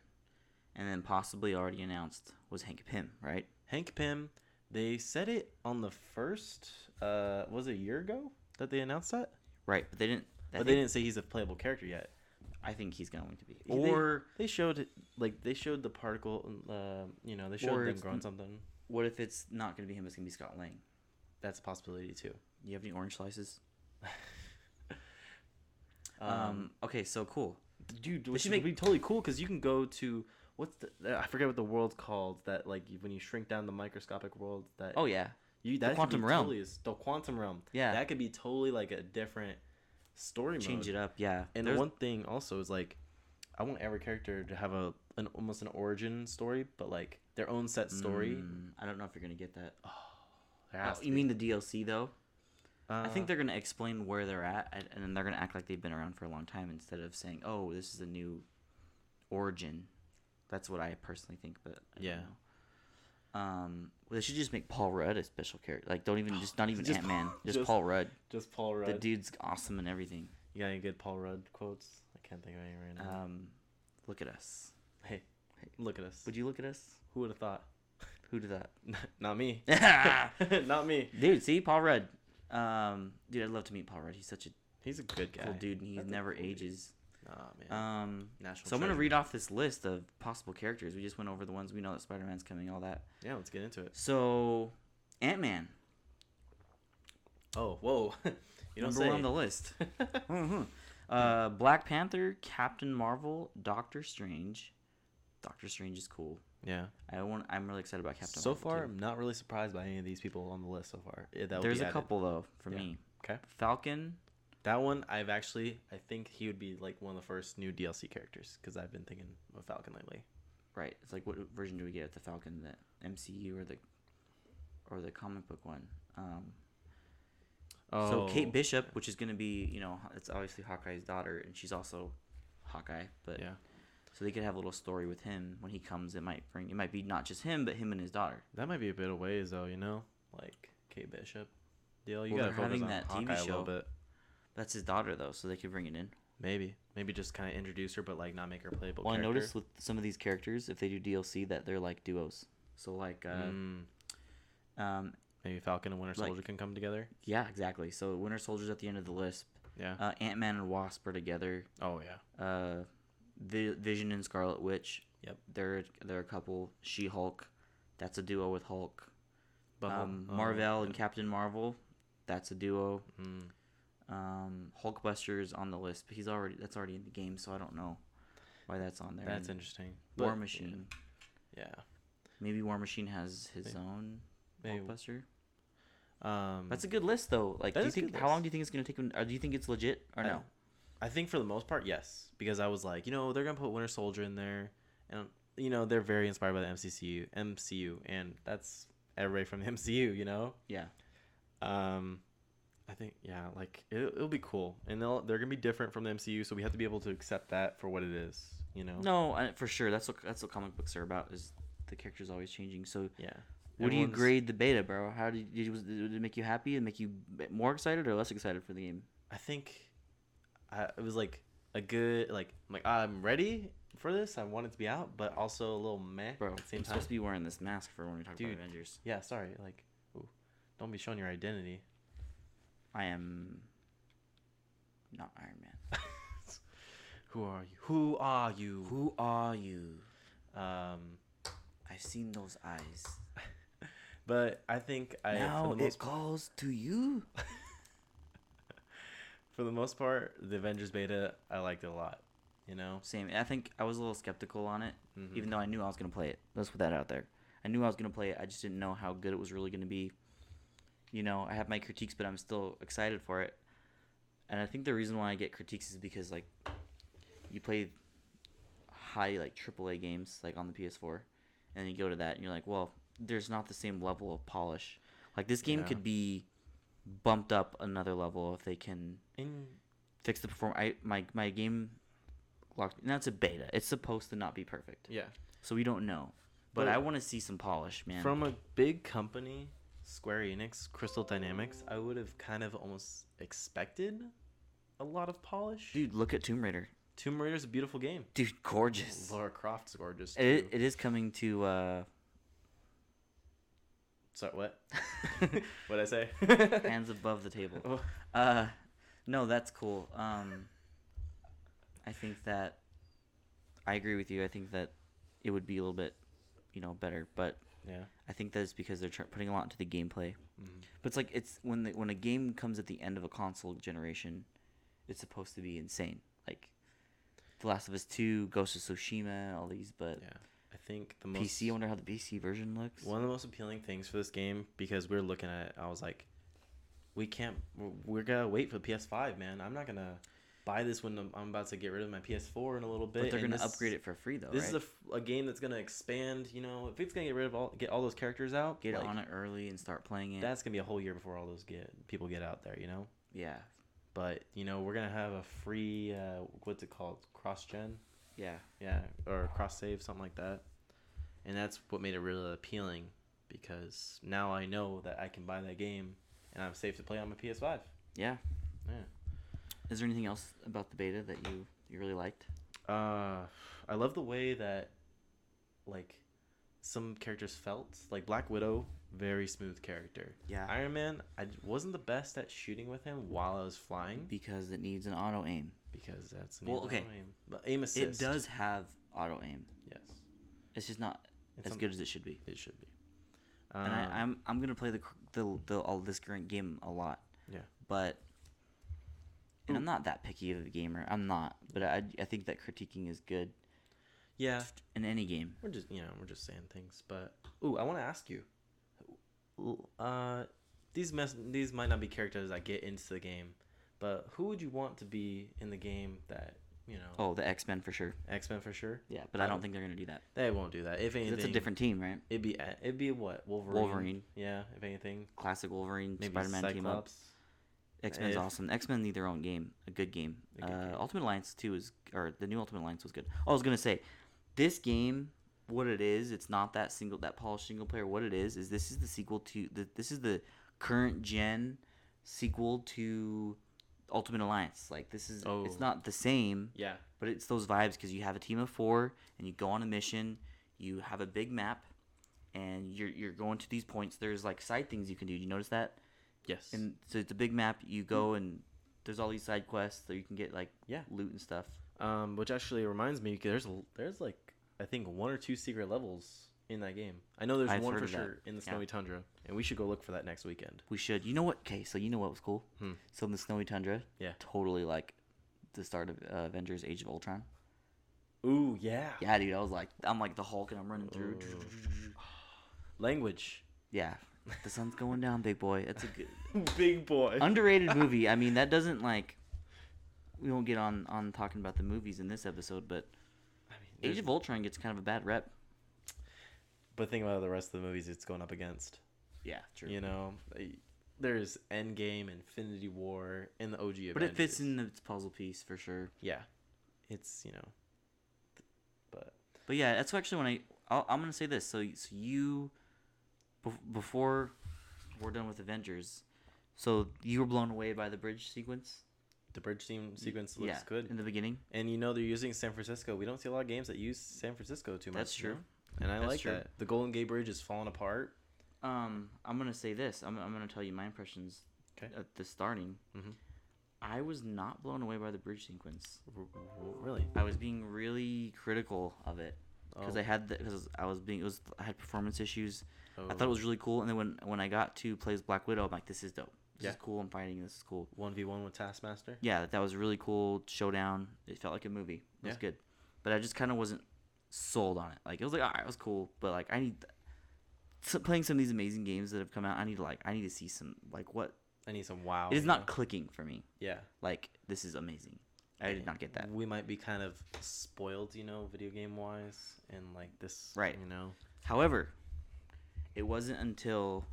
and then possibly already announced was Hank Pym, right?
Hank Pym. They said it on the first. Uh, was it a year ago that they announced that?
Right, but they didn't.
but
I, think,
they didn't say he's a playable character yet.
I think he's going to be.
They-
Or
They showed like they showed the particle. Uh, you know, they showed
Or
them
it's-
growing something.
what if it's not going to be him? It's going to be Scott Lang.
That's a possibility too.
You have any orange slices?
Um,
um okay, so cool.
dude,
should
which
make-
would be totally cool because you can go to what's the I forget what the world's called that like you- when you shrink down the microscopic world that
Oh yeah,
you that could be
quantum realm.
totally is the quantum realm
Yeah.
that could be totally like a different story
change
mode.
it up. Yeah,
And
There's-
the one thing also is like, I want every character to have a an almost an origin story, but like their own set story.
Mm, I don't know if you're going to get that.
There has
Oh,
to
you
be.
mean the DLC though? I
Uh,
think they're gonna explain where they're at, and- and then they're gonna act like they've been around for a long time instead of saying, "Oh, this is a new origin." That's what I personally think, but I don't
Yeah.
know. Um, well, they should just make Paul Rudd a special character. Like, don't even just not even
Just
Ant Man,
Paul-
just,
just
Paul Rudd.
just Paul Rudd.
The dude's awesome and everything.
you got any good Paul Rudd quotes? I can't think of any right now.
Um, look at us.
hey, look at us.
Would you look at us?
Who would have thought?
Who did that?
Not me.
Ah.
Not me.
dude, see Paul Rudd. Um, dude, I'd love to meet Paul Rudd. He's such a
He's a good guy.
cool dude, and he
That's a
never
cool dude.
ages.
Nah, man.
Um,
National.
So I'm gonna
treasure.
read off this list of possible characters. We just went over the ones we know that Spider-Man's coming, all that.
Yeah, let's get into it.
So Ant-Man,
Oh, whoa. you don't
number
say.
one on the list. Mhm. uh, Black Panther, Captain Marvel, Doctor Strange. Doctor Strange is cool.
yeah.
I want. I'm really excited about Captain.
so
Marvel,
far,
too.
I'm not really surprised by any of these people on the list so far. Yeah, that would
there's
be
a
added.
couple though for
Yeah.
me.
Okay.
Falcon.
That one, I've actually, I think he would be like one of the first new DLC characters because I've been thinking of Falcon lately.
Right. It's like what version do we get of the Falcon? The MCU or the or the comic book one? Um, So
Oh.
Kate Bishop, which is going to be, you know, it's obviously Hawkeye's daughter, and she's also Hawkeye. But
Yeah,
so they could have a little story with him when he comes. It might bring, it might be not just him, but him and his daughter.
that might be a bit of ways though. You know, like Kate Bishop deal. You
Well,
gotta
they're
focus
having
on
that TV
Hawkeye a
show.
little bit.
That's his daughter though, so they could bring it in.
Maybe, maybe just kind of introduce her, but like not make her playable.
Well, I
character.
noticed with some of these characters, if they do DLC, that they're like duos. So like, uh,
Mm,
um,
maybe Falcon and Winter
like-
Soldier can come together.
yeah, exactly. So Winter Soldier's at the end of the list.
Yeah.
Uh, Ant Man and Wasp are together.
oh yeah.
Uh, Vi- Vision and Scarlet Witch.
Yep.
They're they're a couple. She Hulk. That's a duo with Hulk.
But
um, Marvel and Captain Marvel. That's a duo.
Mm.
Um, Hulkbuster is on the list, but he's already that's already in the game, so I don't know why that's on there.
That's
And
interesting. But,
War
yeah,
Machine.
Yeah.
Maybe War Machine has his
Maybe.
own
Maybe.
Hulkbuster.
Um,
That's a good list, though. Like,
That
do you
is a
think
good
how long
list.
do you think it's gonna take? Them, or do you think it's legit or
I-
no?
I think for the most part, yes, because I was like, you know, they're gonna put Winter Soldier in there, and you know, they're very inspired by the MCU, MCU, and that's everybody from the MCU, you know.
Yeah,
Um, I think yeah, like it, it'll be cool, and they'll they're gonna be different from the MCU, so we have to be able to accept that for what it is, you know.
no, I, for sure. That's what that's what comic books are about. Is the characters always changing? So,
Yeah.
what do you
Everyone's-
grade the beta, bro? How did, you- did, you- was- did it make you happy and make you b- more excited or less excited for the game?
I think, I it was like a good like I'm like I'm ready for this. I want it to be out, but also a little meh
Bro,
at the same
I'm
time.
supposed to be wearing this mask for when we talk
Dude.
about Avengers.
Yeah, sorry. Like, ooh, don't be showing your identity.
I am not Iron Man.
Who are you? Who are you?
Who are you?
Um,
I've seen those eyes.
But I think I
now
for, the
it
most,
calls to you.
for the most part, the Avengers beta I liked it a lot. You know,
Same. I think I was a little skeptical on it,
Mhm.
even though I knew I was gonna play it. Let's put that out there. I knew I was gonna play it. I just didn't know how good it was really gonna be. You know, I have my critiques, but I'm still excited for it. And I think the reason why I get critiques is because like, you play high like AAA games like on the PS4, and you go to that and you're like, well, there's not the same level of polish. Like this game
Yeah.
could be bumped up another level if they can
in
fix the perform. I my my game locked. That's a beta. It's supposed to not be perfect,
yeah,
so we don't know. But
But-
I want to see some polish, man.
from a big company, Square Enix, Crystal Dynamics, I would have kind of almost expected a lot of polish.
dude, look at Tomb Raider.
Tomb Raider's a beautiful game.
Dude, gorgeous.
Laura Croft's gorgeous. Too.
It, it is coming to. uh
Sorry, what? what I say? and
hands above the table.
Oh.
Uh, no, that's cool. Um, I think that I agree with you. I think that it would be a little bit, you know, better. But
yeah.
I think that's because they're tr- putting a lot into the gameplay.
Mhm.
But it's like it's when the, when a game comes at the end of a console generation, it's supposed to be insane. Like The Last of Us Two, Ghost of Tsushima, all these. But
Yeah. I think the most
PC, I wonder how the PC version looks.
One of the most appealing things for this game because we were looking at it, I was like, we can't. we're- We're gonna wait for the PS5, man. I'm not gonna buy this when I'm- I'm about to get rid of my PS4 in a little bit.
But they're
and
gonna
this-
upgrade it for free though,
This is
right?
a f- a, game that's gonna expand. You know, if it's gonna get rid of all get all those characters out,
Get
like,
on it early and start playing it.
That's gonna be a whole year before all those get people get out there. You know,
yeah,
but you know we're gonna have a free uh, what's it called cross gen,
yeah.
yeah, or cross save something like that, and that's what made it really appealing because now I know that I can buy that game and I'm safe to play on my PS5.
Yeah.
Yeah.
Is there anything else about the beta that you you really liked?
Uh, I love the way that like some characters felt like Black Widow, very smooth character.
Yeah.
Iron Man, I j- wasn't the best at shooting with him while I was flying
Because it needs an auto aim.
because that's an
Well,
evil
okay.
aim. But aim
It
assist.
does have auto aim.
Yes.
It's just not
It's
as
some-
good as it should be.
It should be.
and
Um,
I, I'm I'm gonna play the cr- the the all this current game a lot.
Yeah.
But. And I'm not that picky of a gamer. I'm not, but I, I think that critiquing is good
yeah.
in any game.
We're just you know we're just saying things, but ooh, I want to ask you. l- Uh, these mess these might not be characters that get into the game, but who would you want to be in the game that you know
Oh, the X Men for sure.
X Men for sure?
Yeah, but I
Um,
don't think they're gonna do that.
They won't do that. If
'Cause
anything,
It's a different team, right?
It'd be a- it'd be what Wolverine.
Wolverine.
Yeah. If anything,
Classic Wolverine,
maybe
Spider Man team up.
Cyclops.
X Men's
If-
awesome. X Men need their own game, a good game.
Eh, A good
uh,
game.
Ultimate Alliance two is, or the new Ultimate Alliance was good. Oh, I was gonna say, this game, what it is, it's not that single, that polished single player. What it is is this is the sequel to the, this is the current gen sequel to Ultimate Alliance. Like this is,
Oh.
it's not the same,
Yeah.
but it's those vibes because you have a team of four and you go on a mission. You have a big map, and you're you're going to these points. There's like side things you can do. Did you notice that?
Yes.
And so it's a big map. You go and there's all these side quests that you can get like
Yeah.
loot and stuff.
um, which actually reminds me, 'cause there's a- there's like I think one or two secret levels in that game. I know there's
I've
one
heard
for
of that.
sure in the
Yeah.
snowy tundra, and we should go look for that next weekend.
We should. You know what? Okay, so you know what was cool?
Hmm.
So in the snowy tundra,
Yeah.
totally like the start of uh, Avengers: Age of Ultron.
Ooh yeah.
Yeah, dude, I was like, I'm like the Hulk, and I'm running through.
Language.
Yeah, the sun's going down, big boy. That's a good
Big boy.
underrated movie. I mean, that doesn't like. We won't get on on talking about the movies in this episode, but
I mean,
Age
there's-
of Ultron gets kind of a bad rep.
but think about the rest of the movies it's going up against.
Yeah, true.
You know, I- there's Endgame, Infinity War, and the OG. Avengers.
but it fits in its puzzle piece for sure.
Yeah, it's you know, but
But yeah, that's actually when I I'll, I'm gonna say this. So so you, bef- before we're done with Avengers, so you were blown away by the bridge sequence.
the bridge scene sequence looks
yeah,
good.
in the beginning.
And you know they're using San Francisco. We don't see a lot of games that use San Francisco too much.
That's
you know?
true.
And I
That's
like
true.
that. The Golden Gate Bridge is falling apart.
Um, I'm gonna say this. I'm I'm gonna tell you my impressions
'Kay.
at the starting.
Mhm.
I was not blown away by the bridge sequence.
R- r- really?
I was being really critical of it because
Oh.
I had because I was being it was I had performance issues.
Oh,
I thought it was really cool. And then when when I got to plays Black Widow, I'm like, this is dope. This
Yeah.
is cool. I'm fighting. This is cool.
one v one with Taskmaster.
Yeah, that was a really cool showdown. It felt like a movie. It was
Yeah.
good, but I just kind of wasn't sold on it. Like it was like, all right, it was cool, but like I need so playing some of these amazing games that have come out. I need to like I need to see some like what
I need some wow.
it is
you
not
know?
clicking for me.
Yeah,
Like this is amazing. I did not get that.
we might be kind of spoiled, you know, video game wise, and like this,
Right.
You know,
However, it wasn't until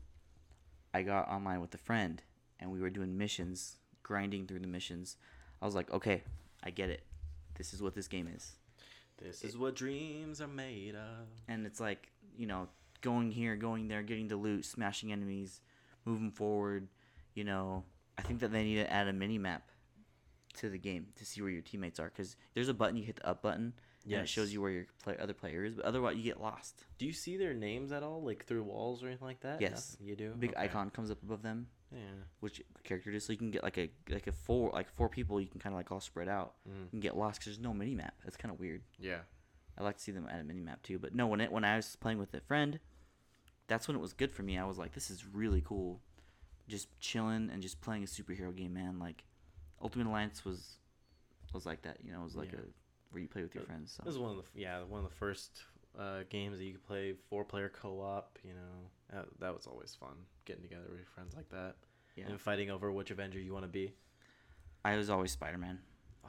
I got online with a friend and we were doing missions, grinding through the missions. I was like, okay, I get it. This is what this game is.
this is what dreams are made of.
And it's like, you know, going here, going there, getting the loot, smashing enemies, moving forward. You know, I think that they need to add a mini map to the game to see where your teammates are because there's a button you hit the up button and it
Yes.
shows you where your play- other player is, but otherwise you get lost.
Do you see their names at all, like through walls or anything like that?
Yes.
Nothing? you do.
Big
Okay.
icon comes up above them.
Yeah.
which character it is. So you can get like a like a four like four people. You can kind of like all spread out.
Mm.
You can get lost because there's no mini map. It's kind of weird.
Yeah.
I like to see them at a mini map too. But no, when it when I was playing with a friend, that's when it was good for me. I was like, this is really cool. Just chilling and just playing a superhero game, man. Like Ultimate Alliance was was like that. You know, it was like
Yeah.
a where you play with your
Uh,
friends. So.
This is one of the yeah one of the first uh, games that you could play four player co op. You know that, that was always fun getting together with your friends like that
Yeah.
and fighting over which Avenger you want to be.
I was always Spider Man
Oh,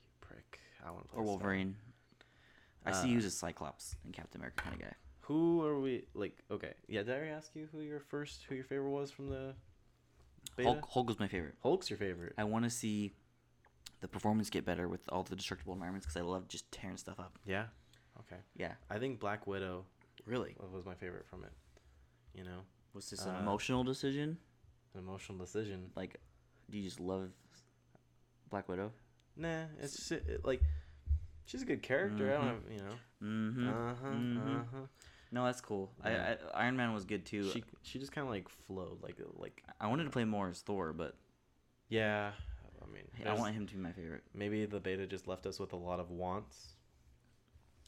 you prick! I want to play.
or
Spider-
Wolverine. I see
Uh,
you as a Cyclops and Captain America kind of guy.
Who are we? Like okay, yeah. Did I already ask you who your first who your favorite was from the beta?
Hulk, Hulk was my favorite.
Hulk's your favorite.
I want to see the performance get better with all the destructible environments because I love just tearing stuff up.
Yeah. Okay.
Yeah,
I think Black Widow
really.
was my favorite from it. You know,
Was this an
Uh,
emotional decision?
an emotional decision.
Like, do you just love Black Widow?
Nah, it's just, it, like she's a good character. I
Mhm.
don't have you know.
Mm-hmm.
Uh-huh,
mhm.
uh-huh.
No, that's cool.
Yeah.
I, I Iron Man was good too.
She she just kind of like flowed like like
I wanted to play more as Thor, but
yeah. I mean,
I
there's-
want him to be my favorite.
maybe the beta just left us with a lot of wants.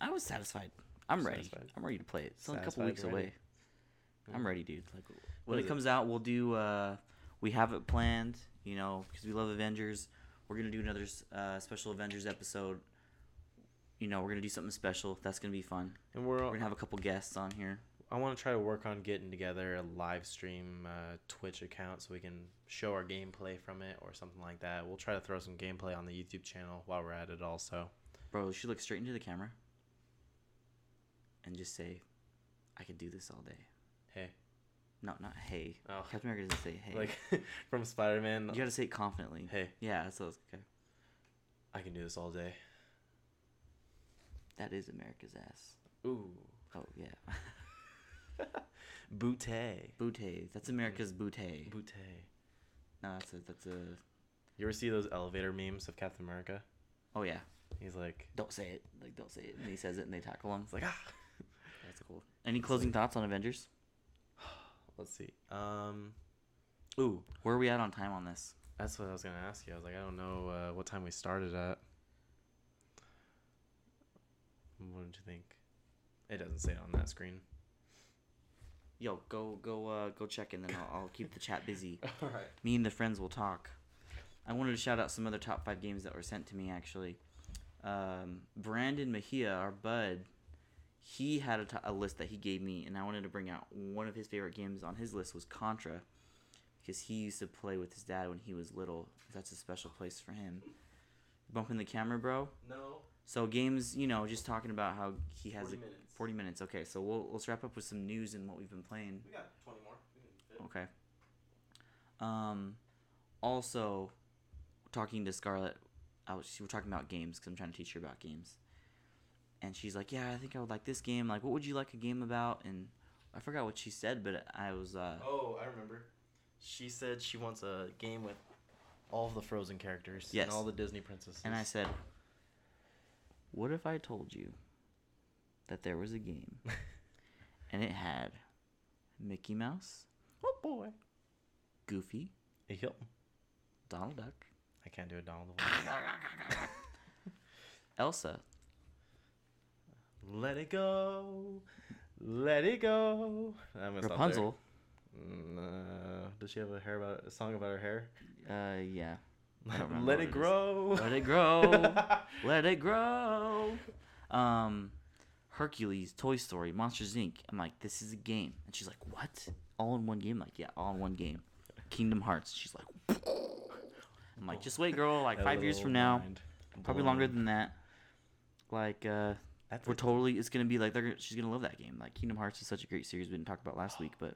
I was satisfied. I'm ready.
Satisfied.
I'm ready to play it. It's only a couple
Satisfied
weeks
already?
away. I'm
Yeah.
ready, dude. Like when
is
it
it?
comes out, we'll do. Uh, we have it planned, you know, because we love Avengers. We're gonna do another uh, special Avengers episode. You know, we're gonna do something special. That's gonna be fun.
And we're,
We're gonna have a couple guests on here.
I want to try to work on getting together a live stream uh, Twitch account so we can show our gameplay from it or something like that. We'll try to throw some gameplay on the YouTube channel while we're at it also.
Bro, she looks straight into the camera and just say, "I could do this all day."
Hey.
No, not hey.
Oh.
Captain America doesn't say hey.
Like from Spider-Man.
you gotta say it confidently.
Hey,
Yeah, that's what- okay.
I can do this all day.
That is America's ass.
Ooh.
Oh yeah,
Bootay.
bootay. That's America's bootay.
Bootay.
No, that's a that's a.
You ever see those elevator memes of Captain America?
Oh yeah.
He's like,
don't say it. Like, don't say it. And he says it, and they tackle him.
it's
It's
like ah.
that's cool. Any closing thoughts on Avengers?
Let's see. Um, ooh,
Where are we at on time on this?
that's what I was gonna ask you. I was like, I don't know uh, what time we started at. What did you think? It doesn't say it on that screen.
Yo, go go uh, go check, and then I'll, I'll keep the chat busy.
All right.
Me and the friends will talk. I wanted to shout out some other top five games that were sent to me actually. Um, Brandon Mejia, our bud, he had a, t- a list that he gave me, and I wanted to bring out one of his favorite games on his list was Contra, because he used to play with his dad when he was little. That's a special place for him. Bumping the camera, bro.
No.
So games, you know, just talking about how he has
40
a,
minutes.
forty minutes. Okay, so we'll let's wrap up with some news and what we've been playing.
We got twenty more.
Okay. Um, also, talking to Scarlett, I was she we're talking about games because I'm trying to teach her about games, and she's like, "Yeah, I think I would like this game. Like, what would you like a game about?" And I forgot what she said, but I was uh,
Oh, I remember. She said she wants a game with all the Frozen characters
Yes.
and all the Disney princesses.
and I said, "What if I told you that there was a game, and it had Mickey Mouse,
"Oh boy."
Goofy,
Yep.
Donald Duck,
I can't do a Donald.
Elsa,
Let it go. Let it go. I'm gonna stop there.
Rapunzel.
No. Does she have a hair about a song about her hair?
Uh, yeah. I don't remember
Let
what
it
is.
grow.
Let it grow. Let it grow. Um, Hercules, Toy Story, Monsters Inc. I'm like, this is a game, and she's like, what? All in one game? like, yeah, all in one game. Kingdom Hearts. She's like, I'm like, just wait, girl. Like
That
five years
little
from now,
mind
probably longer
blown.
than that. Like, uh,
That's
we're
a-
totally. It's gonna be like they're. gonna- She's gonna love that game. Like Kingdom Hearts is such a great series we didn't talk about last week, but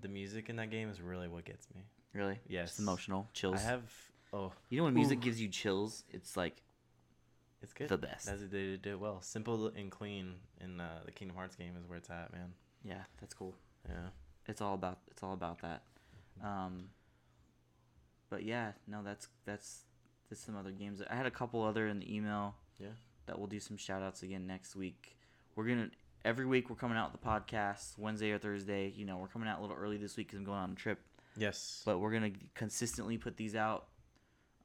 the music in that game is really what gets me.
really,
Yes.
it's emotional chills.
I have oh,
you know when music
Ooh.
gives you chills, it's like
it's good.
The best.
That's, they did it well. Simple and clean in uh, the Kingdom Hearts game is where it's at, man.
yeah, that's cool.
Yeah.
it's all about it's all about that. Um, but yeah, no, that's that's that's some other games. I had a couple other in the email.
Yeah.
That we'll do some shout outs again next week. We're gonna every week we're coming out with the podcast Wednesday or Thursday. You know we're coming out a little early this week because I'm going on a trip,
Yes.
but we're gonna consistently put these out.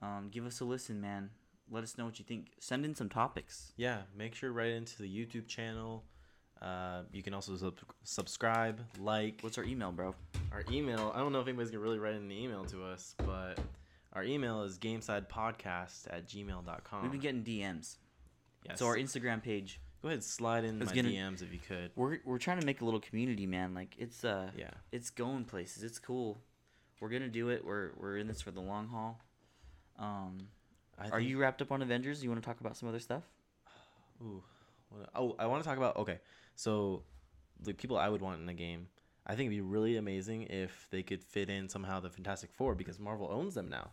Um, give us a listen, man. Let us know what you think. Send in some topics.
yeah. Make sure to write into the YouTube channel. Uh, you can also sub- subscribe, like.
What's our email, bro?
our email i don't know if anybody's gonna really write an email to us but our email is gamesidepodcast at gmail.com
We've been getting DMs.
Um, yes.
So our Instagram page.
go ahead and slide in
was
my
gonna-
dms if you could
We're we're trying to make a little community, man. Like it's uh
yeah
it's going places. It's cool. We're gonna do it. We're we're in this for the long haul. Um,
I
are
think-
you wrapped up on Avengers? You want to talk about some other stuff?
ooh, what- oh i want to talk about okay so the people i would want in a game i think it'd be really amazing if they could fit in somehow the fantastic four because marvel owns them now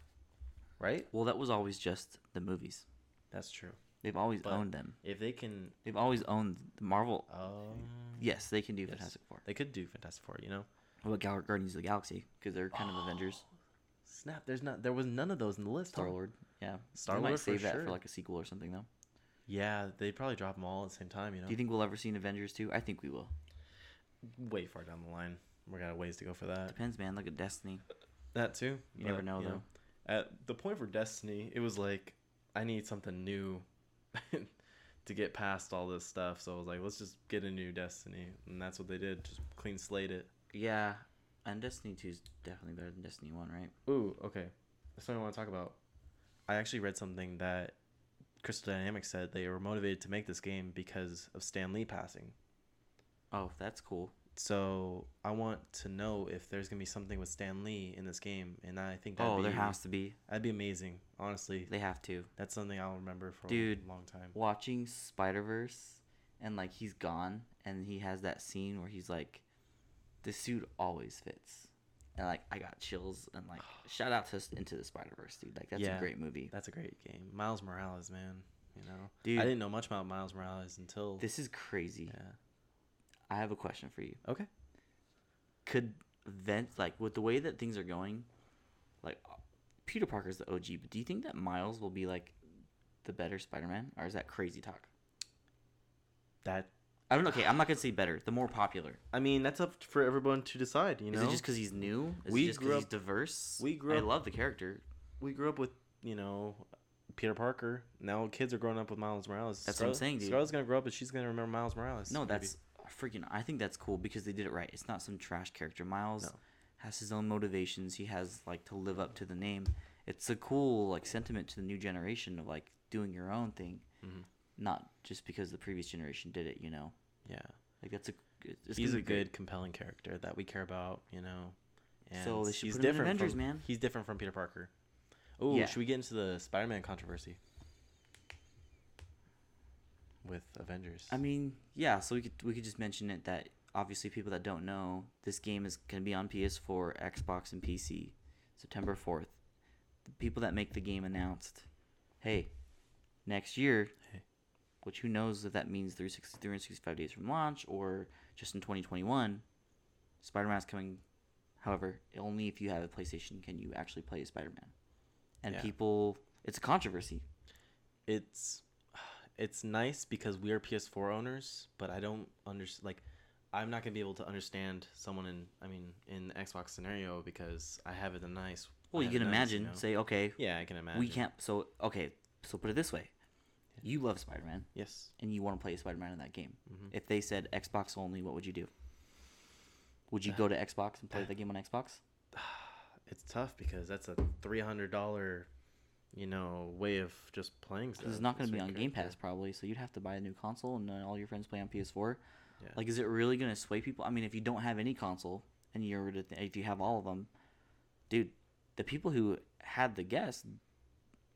right
Well, that was always just the movies.
that's true
They've always
But-
owned them.
if they can
They've always owned the Marvel.
um,
Yes, they can do
Yes.
Fantastic Four.
they could do fantastic four you know
What about Gal- Guardians of the Galaxy? Because they're kind of Avengers.
snap there's not there was none of those in the list huh?
Star Lord. Yeah. Star
Star-Lord
Lord. might
for
save that
sure.
for like a sequel or something though.
Yeah, they probably drop them all at the same time, you know.
Do you think we'll ever see an Avengers two? I think we will.
Way far down the line, we got a ways to go for that.
Depends, man. Look at Destiny.
That too.
You never
but,
know, though.
At the point for Destiny, it was like I need something new to get past all this stuff. So I was like, let's just get a new Destiny, and that's what they did. Just clean slate it.
Yeah, and Destiny two is definitely better than Destiny one, right?
Ooh, okay. That's something I want to talk about. I actually read something that Crystal Dynamics said they were motivated to make this game because of Stan Lee passing.
Oh, that's cool.
So I want to know if there's gonna be something with Stan Lee in this game, and I think that'd
Oh,
be,
there has to be.
that'd be amazing. Honestly,
They have to.
that's something I'll remember for
Dude.
a long time.
watching Spider Verse and like he's gone and he has that scene where he's like, the suit always fits. And like I got chills and like shout out to Into the Spider Verse, dude. Like that's
Yeah.
a great movie.
That's a great game. Miles Morales, man. You know,
Dude.
I didn't know much about Miles Morales until
This is crazy.
Yeah.
I have a question for you.
Okay.
Could Vent like with the way that things are going, like uh, Peter Parker's the OG, but do you think that Miles will be like the better Spider Man, or is that crazy talk?
That
I don't know. Okay, I'm not gonna say better. The more popular.
I mean, that's up for everyone to decide. You know,
Is it just because he's new? Is
we
it just
grew
because he's
up-
diverse?
we grew
I
up-
love the character.
we grew up with you know Peter Parker. Now kids are growing up with Miles Morales.
That's what I'm
Scarlet-
saying, dude.
Scarlet's gonna grow up and she's gonna remember Miles Morales.
No,
maybe.
that's freaking. I think that's cool because they did it right. It's not some trash character. Miles
No.
has his own motivations. He has like to live up to the name. It's a cool like sentiment to the new generation of like doing your own thing,
Mhm.
not just because the previous generation did it. You know,
yeah.
like that's a. It's gonna
he's a
be great.
good, compelling character that we care about, you know.
So they should put him in Avengers,
from,
man.
He's different from Peter Parker. Oh,
Yeah.
should we get into the Spider-Man controversy with Avengers?
I mean, yeah. So we could we could just mention it that obviously people that don't know this game is gonna be on PS4, Xbox, and PC, September fourth. The people that make the game announced, hey, next year.
Hey.
Which who knows if that means 360 365 days from launch or just in 2021. Spider-Man is coming. However, only if you have a PlayStation can you actually play Spider-Man. And
Yeah.
people, it's a controversy.
it's it's nice because we are PS4 owners, but I don't understand. Like, I'm not gonna be able to understand someone in, I mean, in the Xbox scenario because I have it a nice.
Well,
I
you
have
can
a nice,
imagine.
know-
Say, okay,
yeah, I can imagine.
we can't so okay so put it this way You love Spider Man,
Yes.
and you want to play Spider Man in that game.
Mhm.
If they said Xbox only, what would you do? Would you go to Xbox and play the game on Xbox?
It's tough because that's a three hundred dollar, you know, way of just playing stuff.
Because it's not going
It's
to be on
like-
Game Pass probably, so you'd have to buy a new console, and then all your friends play on PS4.
Mm. Yeah.
Like, is it really going to sway people? I mean, if you don't have any console, and you're to th- if you have all of them, dude, the people who had the guess,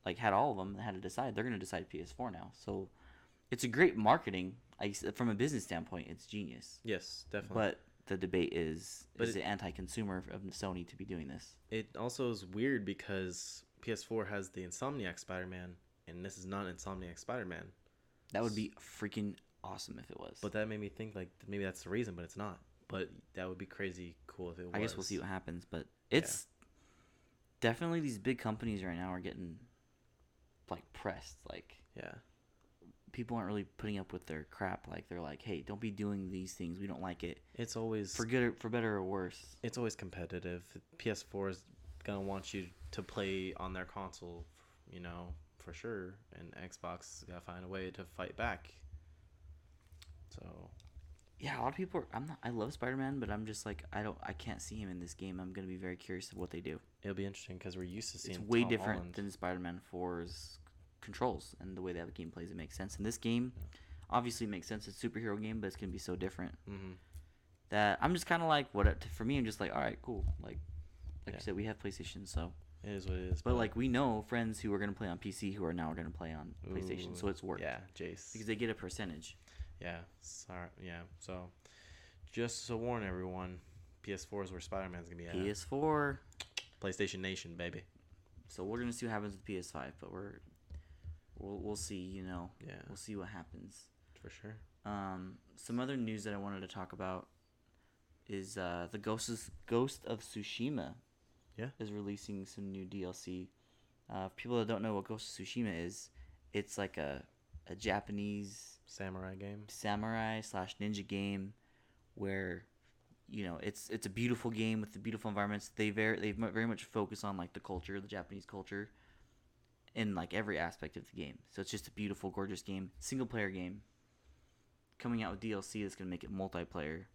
like had all of them, and had to decide. They're going to decide PS4 now. So, it's a great marketing. I s- from a business standpoint, it's genius.
Yes, definitely.
But the debate is,
But
is
it-
it anti-consumer of Sony to be doing this?
it also is weird because PS4 has the Insomniac Spider-Man, and this is not Insomniac Spider-Man.
That would be freaking awesome if it was.
But that made me think like maybe that's the reason, but it's not. But that would be crazy cool if it was.
I guess we'll see what happens, but it's definitely these big companies right now are getting like pressed. Like
Yeah.
people aren't really putting up with their crap. Like they're like, "Hey, don't be doing these things. We don't like it.
It's always
For good, or, for better or worse."
it's always competitive. PS4 is gonna want you to play on their console, you know, for sure. And Xbox gotta find a way to fight back. So
Yeah, a lot of people. Are, I'm not. I love Spider Man, but I'm just like, I don't. I can't see him in this game. I'm gonna be very curious of what they do.
it'll be interesting because we're used to seeing
it's way
Tom
different
Holland.
than Spider-Man 4's controls and the way that the game plays. It makes sense. And this game, obviously, makes sense. It's a superhero game, but it's gonna be so different
Mhm.
that I'm just kind of like, what? uh, For me, I'm just like, all right, cool. Like,
Yeah.
like you said, we have PlayStation, so.
It is what it is.
But like we know friends who are gonna play on PC who are now gonna play on PlayStation,
Ooh,
so it's worked
Yeah, Jace.
because they get a percentage.
Yeah. Sorry. Yeah. So, just to warn everyone, PS4 is where Spider Man's gonna be at.
PS4.
PlayStation Nation, baby.
So we're gonna see what happens with PS5, but we're we'll we'll see. You know,
Yeah,
we'll see what happens.
for sure.
Um, some other news that I wanted to talk about is uh, the Ghost of, Ghost of Tsushima.
Yeah.
Is releasing some new DLC. Uh, for people that don't know what Ghost of Tsushima is, it's like a a Japanese
Samurai game.
samurai slash ninja game where you know it's it's a beautiful game with the beautiful environments. They very they mu- very much focus on like the culture, the Japanese culture, in like every aspect of the game. So it's just a beautiful, gorgeous game, single player game. Coming out with DLC that's gonna make it multiplayer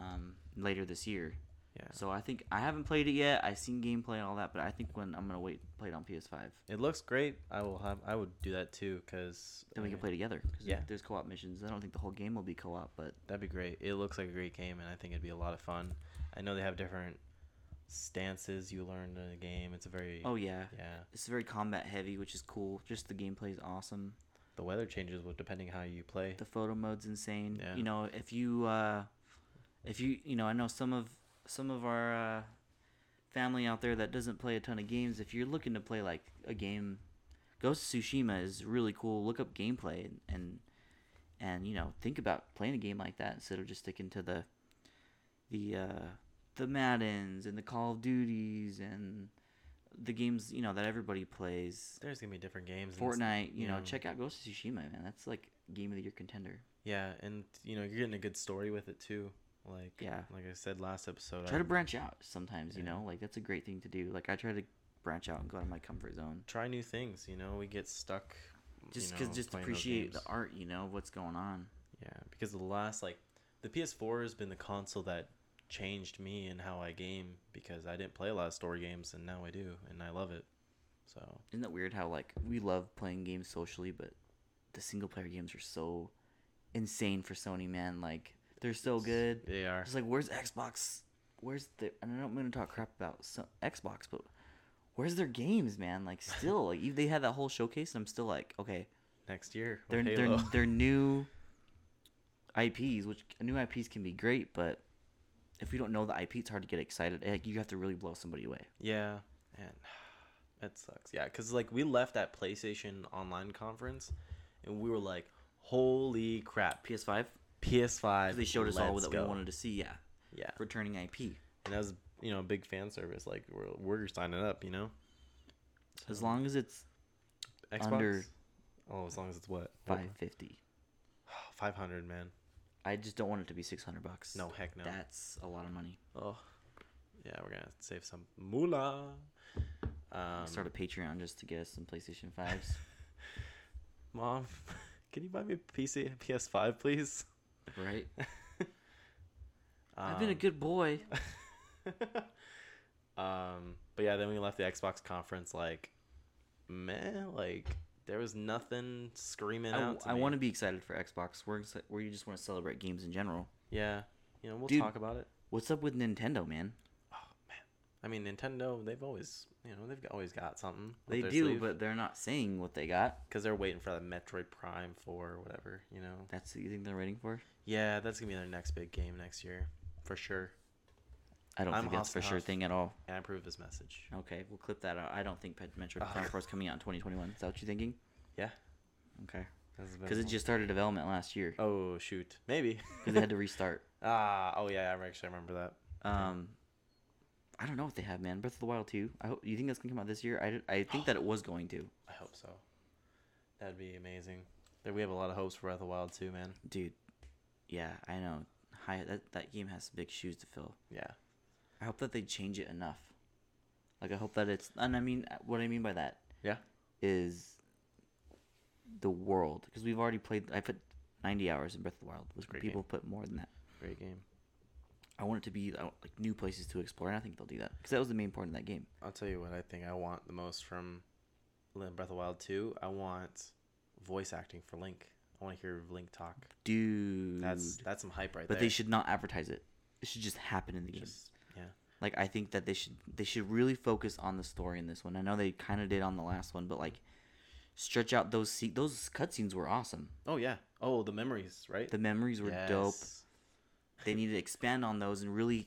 um, later this year.
Yeah.
So I think I haven't played it yet. I've seen gameplay and all that, but I think when I'm gonna wait, play it on PS5,
It looks great. I will have. I would do that too, cause
then we
I
can
mean,
play together. 'cause
Yeah.
There's co-op missions. I don't think the whole game will be co-op, but
That'd be great. It looks like a great game, and I think it'd be a lot of fun. I know they have different stances you learn in the game. It's a very
oh yeah,
yeah.
It's very combat heavy, which is cool. Just the gameplay is awesome.
The weather changes with depending how you play.
The photo mode's insane.
Yeah.
You know, if you uh if you you know, I know some of some of our uh family out there that doesn't play a ton of games, if you're looking to play like a game Ghost of Tsushima is really cool. Look up gameplay and and, and you know, think about playing a game like that instead of just sticking to the the uh the Maddens and the Call of Duties and the games, you know, that everybody plays.
There's gonna be different games. and s-
Fortnite, you know,
yeah.
check out Ghost of Tsushima, man. That's like game of the year contender.
Yeah, and you know you're getting a good story with it too. Like
Yeah.
like I said last episode.
Try
I
to branch out sometimes, you
Yeah.
know, like that's a great thing to do. Like I try to branch out and go out of my comfort zone,
try new things. You know, we get stuck. Mm, you
just
know,
because just
playing those
appreciate the
games.
art, you know, of what's going on.
Yeah, because the last like the PS4 has been the console that changed me and how I game because I didn't play a lot of story games and now I do and I love it. So
Isn't that weird how like we love playing games socially, but the single player games are so insane for Sony, man. Like they're so good.
they are.
It's like where's Xbox? Where's the? And I don't mean to talk crap about so, Xbox, but where's their games, man? Like still, like you- they had that whole showcase, and I'm still like, okay,
Next year,
they're
with
they're,
Halo.
they're new IPs, which new IPs can be great, but if we don't know the IP, it's hard to get excited. Like you have to really blow somebody away.
yeah, and that sucks. Yeah, because like we left that PlayStation Online conference and we were like, "Holy crap!
PS5,
PS5."
they showed us all
let's
that
go.
we wanted to see. Yeah,
Yeah,
returning IP.
and that was you know a big fan service. Like we're we're signing up. You know,
As long as it's
Xbox.
Under-
oh, as long as it's what Oh,
five fifty,
Five hundred, man.
I just don't want it to be six hundred bucks.
No, heck no.
that's a lot of money.
Oh, yeah, we're gonna save some moolah. Um,
Um, Start a Patreon just to get us some PlayStation fives.
Mom, can you buy me a PC, PS5, please?
Right.
Um,
I've been a good boy.
um, but yeah, then we left the Xbox conference like, man, like there was nothing screaming
I,
out. To
want
want
to be excited for Xbox. We're exci- where you just want to celebrate games in general.
Yeah, you know, we'll
Dude.
talk about it.
What's up with Nintendo, man?
I mean, Nintendo, they've always, you know, they've always got something.
They do, but they're not saying what they got.
because they're waiting for the Metroid Prime Four or whatever, you know.
That's what you think they're waiting for?
Yeah, that's gonna be their next big game next year, for sure.
I don't
I'm
think that's for sure
hostile.
thing at all.
And I approve this message.
Okay, we'll clip that out. I don't think Pet- Metroid
Ugh.
Prime 4 is coming out in 2021. Is that what you're thinking?
Yeah,
Okay. Because
because
it just started development last year.
Oh shoot, maybe.
Because they had to restart.
Ah, oh yeah, I actually remember that.
Um, I don't know what they have, man. Breath of the Wild 2. I hope, you think that's going to come out this year? I, did- I think that it was going to.
I hope so. That'd be amazing. There, we have a lot of hopes for Breath of the Wild too, man.
Dude, yeah, I know. Hi, that, that game has big shoes to fill.
Yeah.
I hope that they change it enough. Like I hope that it's and I mean what I mean by that
Yeah.
is the world because we've already played. I put ninety hours in Breath of the Wild. Which
Great
people put more than that.
Great game.
I want it to be uh, like new places to explore, and I think they'll do that because that was the main part of that game.
I'll tell you what I think I want the most from Lin- Breath of the Wild 2. I want voice acting for Link. I want to hear Link talk.
Dude,
That's that's some hype right
but
there.
they should not advertise it. It should just happen in the game.
Just- yeah.
Like I think that they should they should really focus on the story in this one. I know they kind of did on the last one, but like stretch out those se- those cutscenes were awesome.
Oh yeah. Oh, the memories, right?
The memories were dope.
Yes.
they need to expand on those and really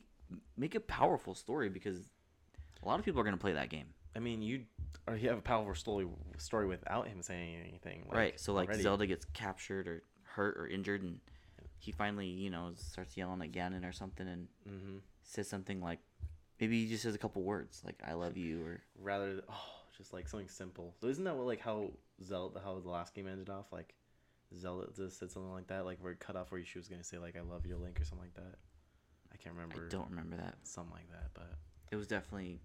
make a powerful story because a lot of people are going to play that game,
I mean, you or you have a powerful story story without him saying anything. like,
right? So like
already.
Zelda gets captured or hurt or injured, and he finally you know starts yelling at Ganon or something and
Mhm.
says something like maybe he just says a couple words like "I love you" or
rather th- oh just like something simple so isn't that what like how zelda how the last game ended off like zelda just said something like that like where it cut off where she was gonna say like i love you link or something like that i can't
I
remember
don't remember that.
something like that but
It was definitely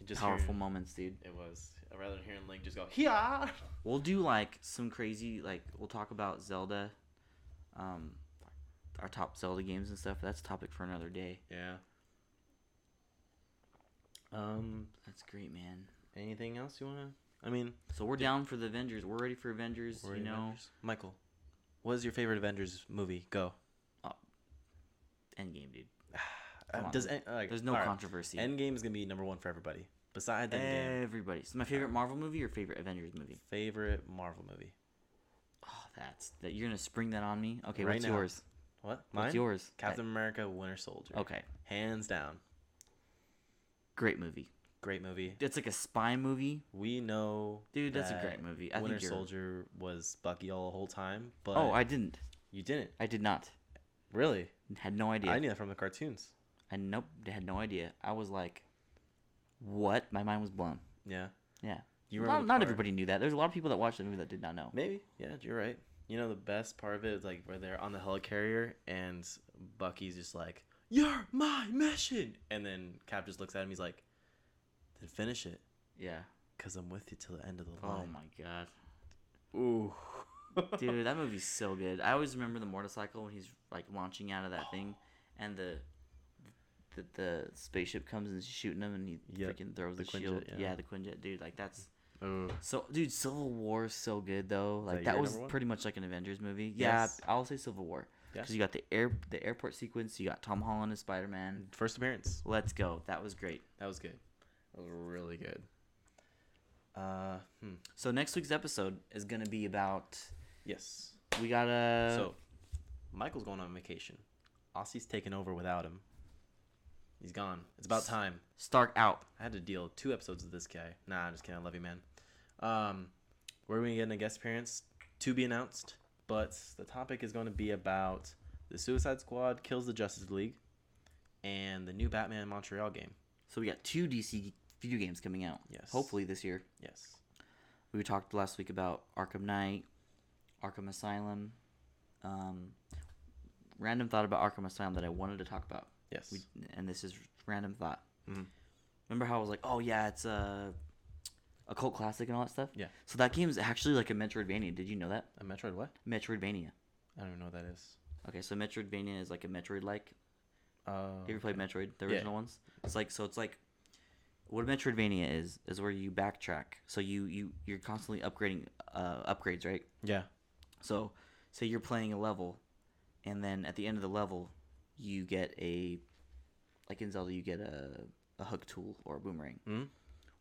you just
powerful
hearing-
moments, dude.
it was rather than hearing link just go yeah
We'll do like some crazy like we'll talk about Zelda, um, our top Zelda games and stuff. That's a topic for another day.
yeah um
That's great, man.
anything else you wanna i mean
So we're down for the Avengers. We're ready for Avengers.
we're
you know,
Avengers. michael what is your favorite avengers movie go
Endgame, dude.
Uh,
Come on,
does en- like,
There's no
alright,
controversy. Eh.
endgame is gonna be number one for everybody besides endgame
Everybody. So my favorite Marvel movie or favorite Avengers movie?
favorite Marvel movie.
Oh, that's that. You're gonna spring that on me. Okay,
Right
what's
now.
yours?
What?
What's yours? That-
Captain America: Winter Soldier.
okay,
Hands down,
great movie.
great movie.
It's like a spy movie.
We know,
Dude, that's a
that
great movie. I
Winter
think you're.
Soldier was Bucky all the whole time, but
Oh, I didn't.
you didn't
I did not.
really.
Had no idea.
I
I,
knew that from the cartoons.
nope. Had no idea. I was like, what? My mind was blown.
Yeah,
Yeah.
you
not,
remember the
not
part-
everybody knew that. There's a lot of people that watched the movie that did not know.
Maybe. Yeah, you're right. You know the best part of it is like where they're on the helicarrier and Bucky's just like, "You're my mission," and then Cap just looks at him. He's like, "Then finish it,
Yeah.
cause I'm with you till the end of the
Oh
line."
my god.
Ooh,
Dude, that movie's so good. I always remember the motorcycle when he's like launching out of that thing, and the the, the spaceship comes and is shooting him, and he
Yep,
freaking throws
the
the,
Quinjet,
shield.
yeah.
Yeah. the Quinjet, dude. Like that's
Ooh.
so, dude. Civil War is so good though. Like
that
that,
your
was
number one?
pretty much like an Avengers movie.
Yes.
Yeah, I'll say Civil War
Yeah.
because you got the air the airport sequence. You got Tom Holland as Spider Man.
First appearance.
Let's go. That was great.
That was good. That was really good. Uh, hmm.
So next week's episode is gonna be about
yes.
we gotta.
so, Michael's going on vacation. Aussie's taking over without him. He's gone. It's about time.
Stark out.
I had to deal with two episodes of this guy. Nah, I'm just kidding. I love you, man. Um, we're gonna get a guest appearance to be announced, but the topic is going to be about the Suicide Squad kills the Justice League, and the new Batman Montreal game.
So we got two DC video games coming out.
Yes.
Hopefully this year.
Yes.
We talked last week about Arkham Knight, Arkham Asylum. Um, random thought about Arkham Asylum that I wanted to talk about,
Yes.
we, and this is random thought.
Mhm.
Remember how I was like, "Oh yeah, it's a a cult classic and all that stuff.
Yeah.
So that game's actually like a Metroidvania. Did you know that?
A Metroid what?
Metroidvania.
I don't even know what that is.
Okay, so Metroidvania is like a Metroid-like.
Oh.
Have you ever played Metroid, the
Yeah.
original ones? It's like so. It's like what Metroidvania is is where you backtrack. So you you you're constantly upgrading uh, upgrades, right?
yeah.
So, say you're playing a level, and then at the end of the level, you get a, like in Zelda, you get a, a hook tool or a boomerang.
Mhm.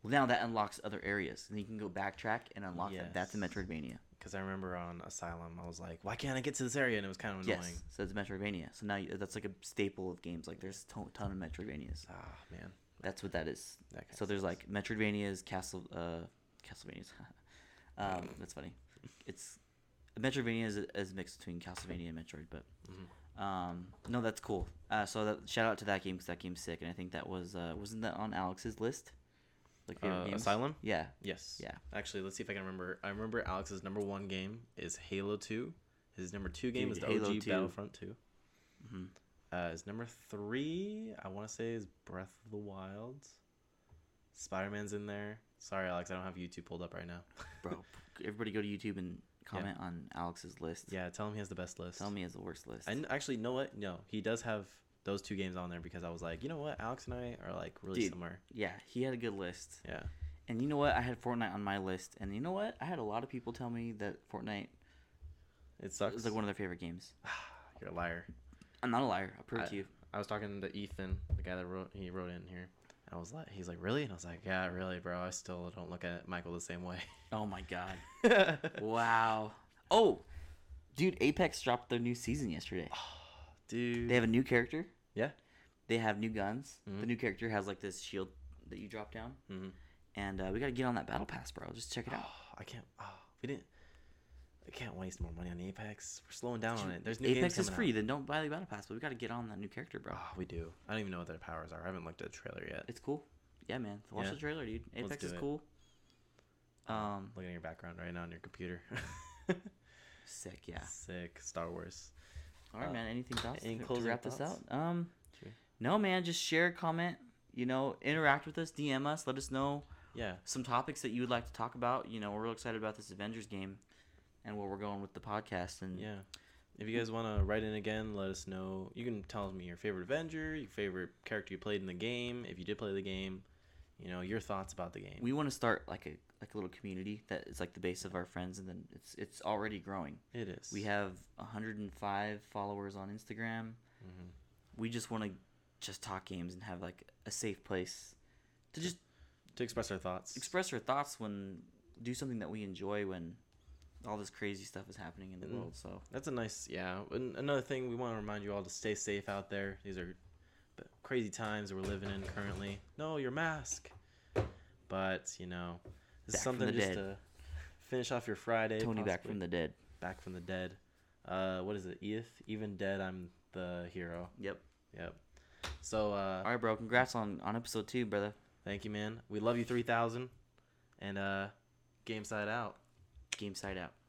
Well, now that unlocks other areas, and you can go backtrack and unlock them. That's a
Yes.
Metroidvania.
Because I remember on Asylum, I was like, why can't I get to this area? And it was kind of annoying.
Yes, so it's a Metroidvania. So now you, that's like a staple of games. Like there's a ton, ton of Metroidvanias.
Ah, man.
That's what that is.
That kinda
So there's
sucks.
like Metroidvanias, Castle, uh, Castlevanias. um,
Mm.
that's funny. It's Metroidvania is, is a mix between Castlevania and Metroid, but
Mm-hmm.
um, no, that's cool. Uh, so that, shout out to that game because that game's sick, and I think that was uh, wasn't that on Alex's list? Like
Uh, Asylum?
Yeah,
Yes.
Yeah.
Actually, let's see if I can remember. I remember Alex's number one game is Halo 2. His number two game
Dude,
is the
Halo
OG
2.
Battlefront 2.
Mhm.
Uh, his number three, I want to say, is Breath of the Wild. Spider Man's in there. Sorry, Alex, I don't have YouTube pulled up right now.
bro. Everybody go to YouTube and comment on Alex's list.
yeah, tell him he has the best list.
Tell me it's the worst list.
I n- actually know what? No, he does have those two games on there because I was like, you know what? Alex and I are like really
Dude.
similar.
yeah, he had a good list.
Yeah.
And you know what? I had Fortnite on my list, and you know what? I had a lot of people tell me that Fortnite
It sucks.
is like one of their favorite games.
You're a liar.
I'm not a liar. I'll prove it
I-
to you.
I was talking to Ethan, the guy that wrote he wrote in here. And I was like, he's like, really? And I was like, yeah, really, bro. I still don't look at Michael the same way.
Oh my god.
Dude,
wow. Oh, dude, Apex dropped their new season yesterday. They have a new character.
Oh. yeah.
They have new guns. The
Mhm.
new character has like this shield that you drop down,
Mm-hmm.
and uh, we gotta get on that battle pass, bro. Just check it out.
I can't. Oh, we didn't. I can't waste more money on Apex. We're slowing down on it. There's new
Apex
games
is
coming
free.
Out.
Then don't buy the battle pass, but we gotta get on that new character, bro.
Oh, we do. I don't even know what their powers are. I haven't looked at the trailer yet.
It's cool. Yeah, man. Watch
Yeah.
the trailer, dude.
Let's
Apex
do
is
it.
cool. Um,
Look at your background right now on your computer.
sick. Yeah.
Sick. Star Wars.
All right,
Uh,
man. Anything else
any
to- to
closing
wrap this
thoughts?
out? Um,
Sure.
no, man. Just share, comment. You know, interact with us, DM us, let us know
Yeah.
some topics that you would like to talk about. You know, we're real excited about this Avengers game and where we're going with the podcast. And
Yeah. If you guys want to write in again, let us know. You can tell me your favorite Avenger, your favorite character you played in the game, if you did play the game, you know, your thoughts about the game.
we want to start like a like a little community that is like the base of our friends, and then it's it's already growing.
it is.
We have 105 followers on Instagram.
Mhm.
We just want to just talk games and have like a safe place to just
to express our thoughts.
express our thoughts when do something that we enjoy when all this crazy stuff is happening in the
Mm.
world. So
That's a nice, yeah. And another thing we want to remind you all to stay safe out there. These are b- crazy times we're living in currently. No, your mask. But, you know, this
Back
is
from
something
the
just
dead.
to finish off your Friday.
Tony back
possibly.
from the dead.
back from the dead. Uh, what is it? If even dead, I'm the hero.
Yep.
Yep. So uh,
All right, bro. Congrats on on episode two, brother.
thank you, man. We love you, three thousand, and uh, game side out.
Game side out.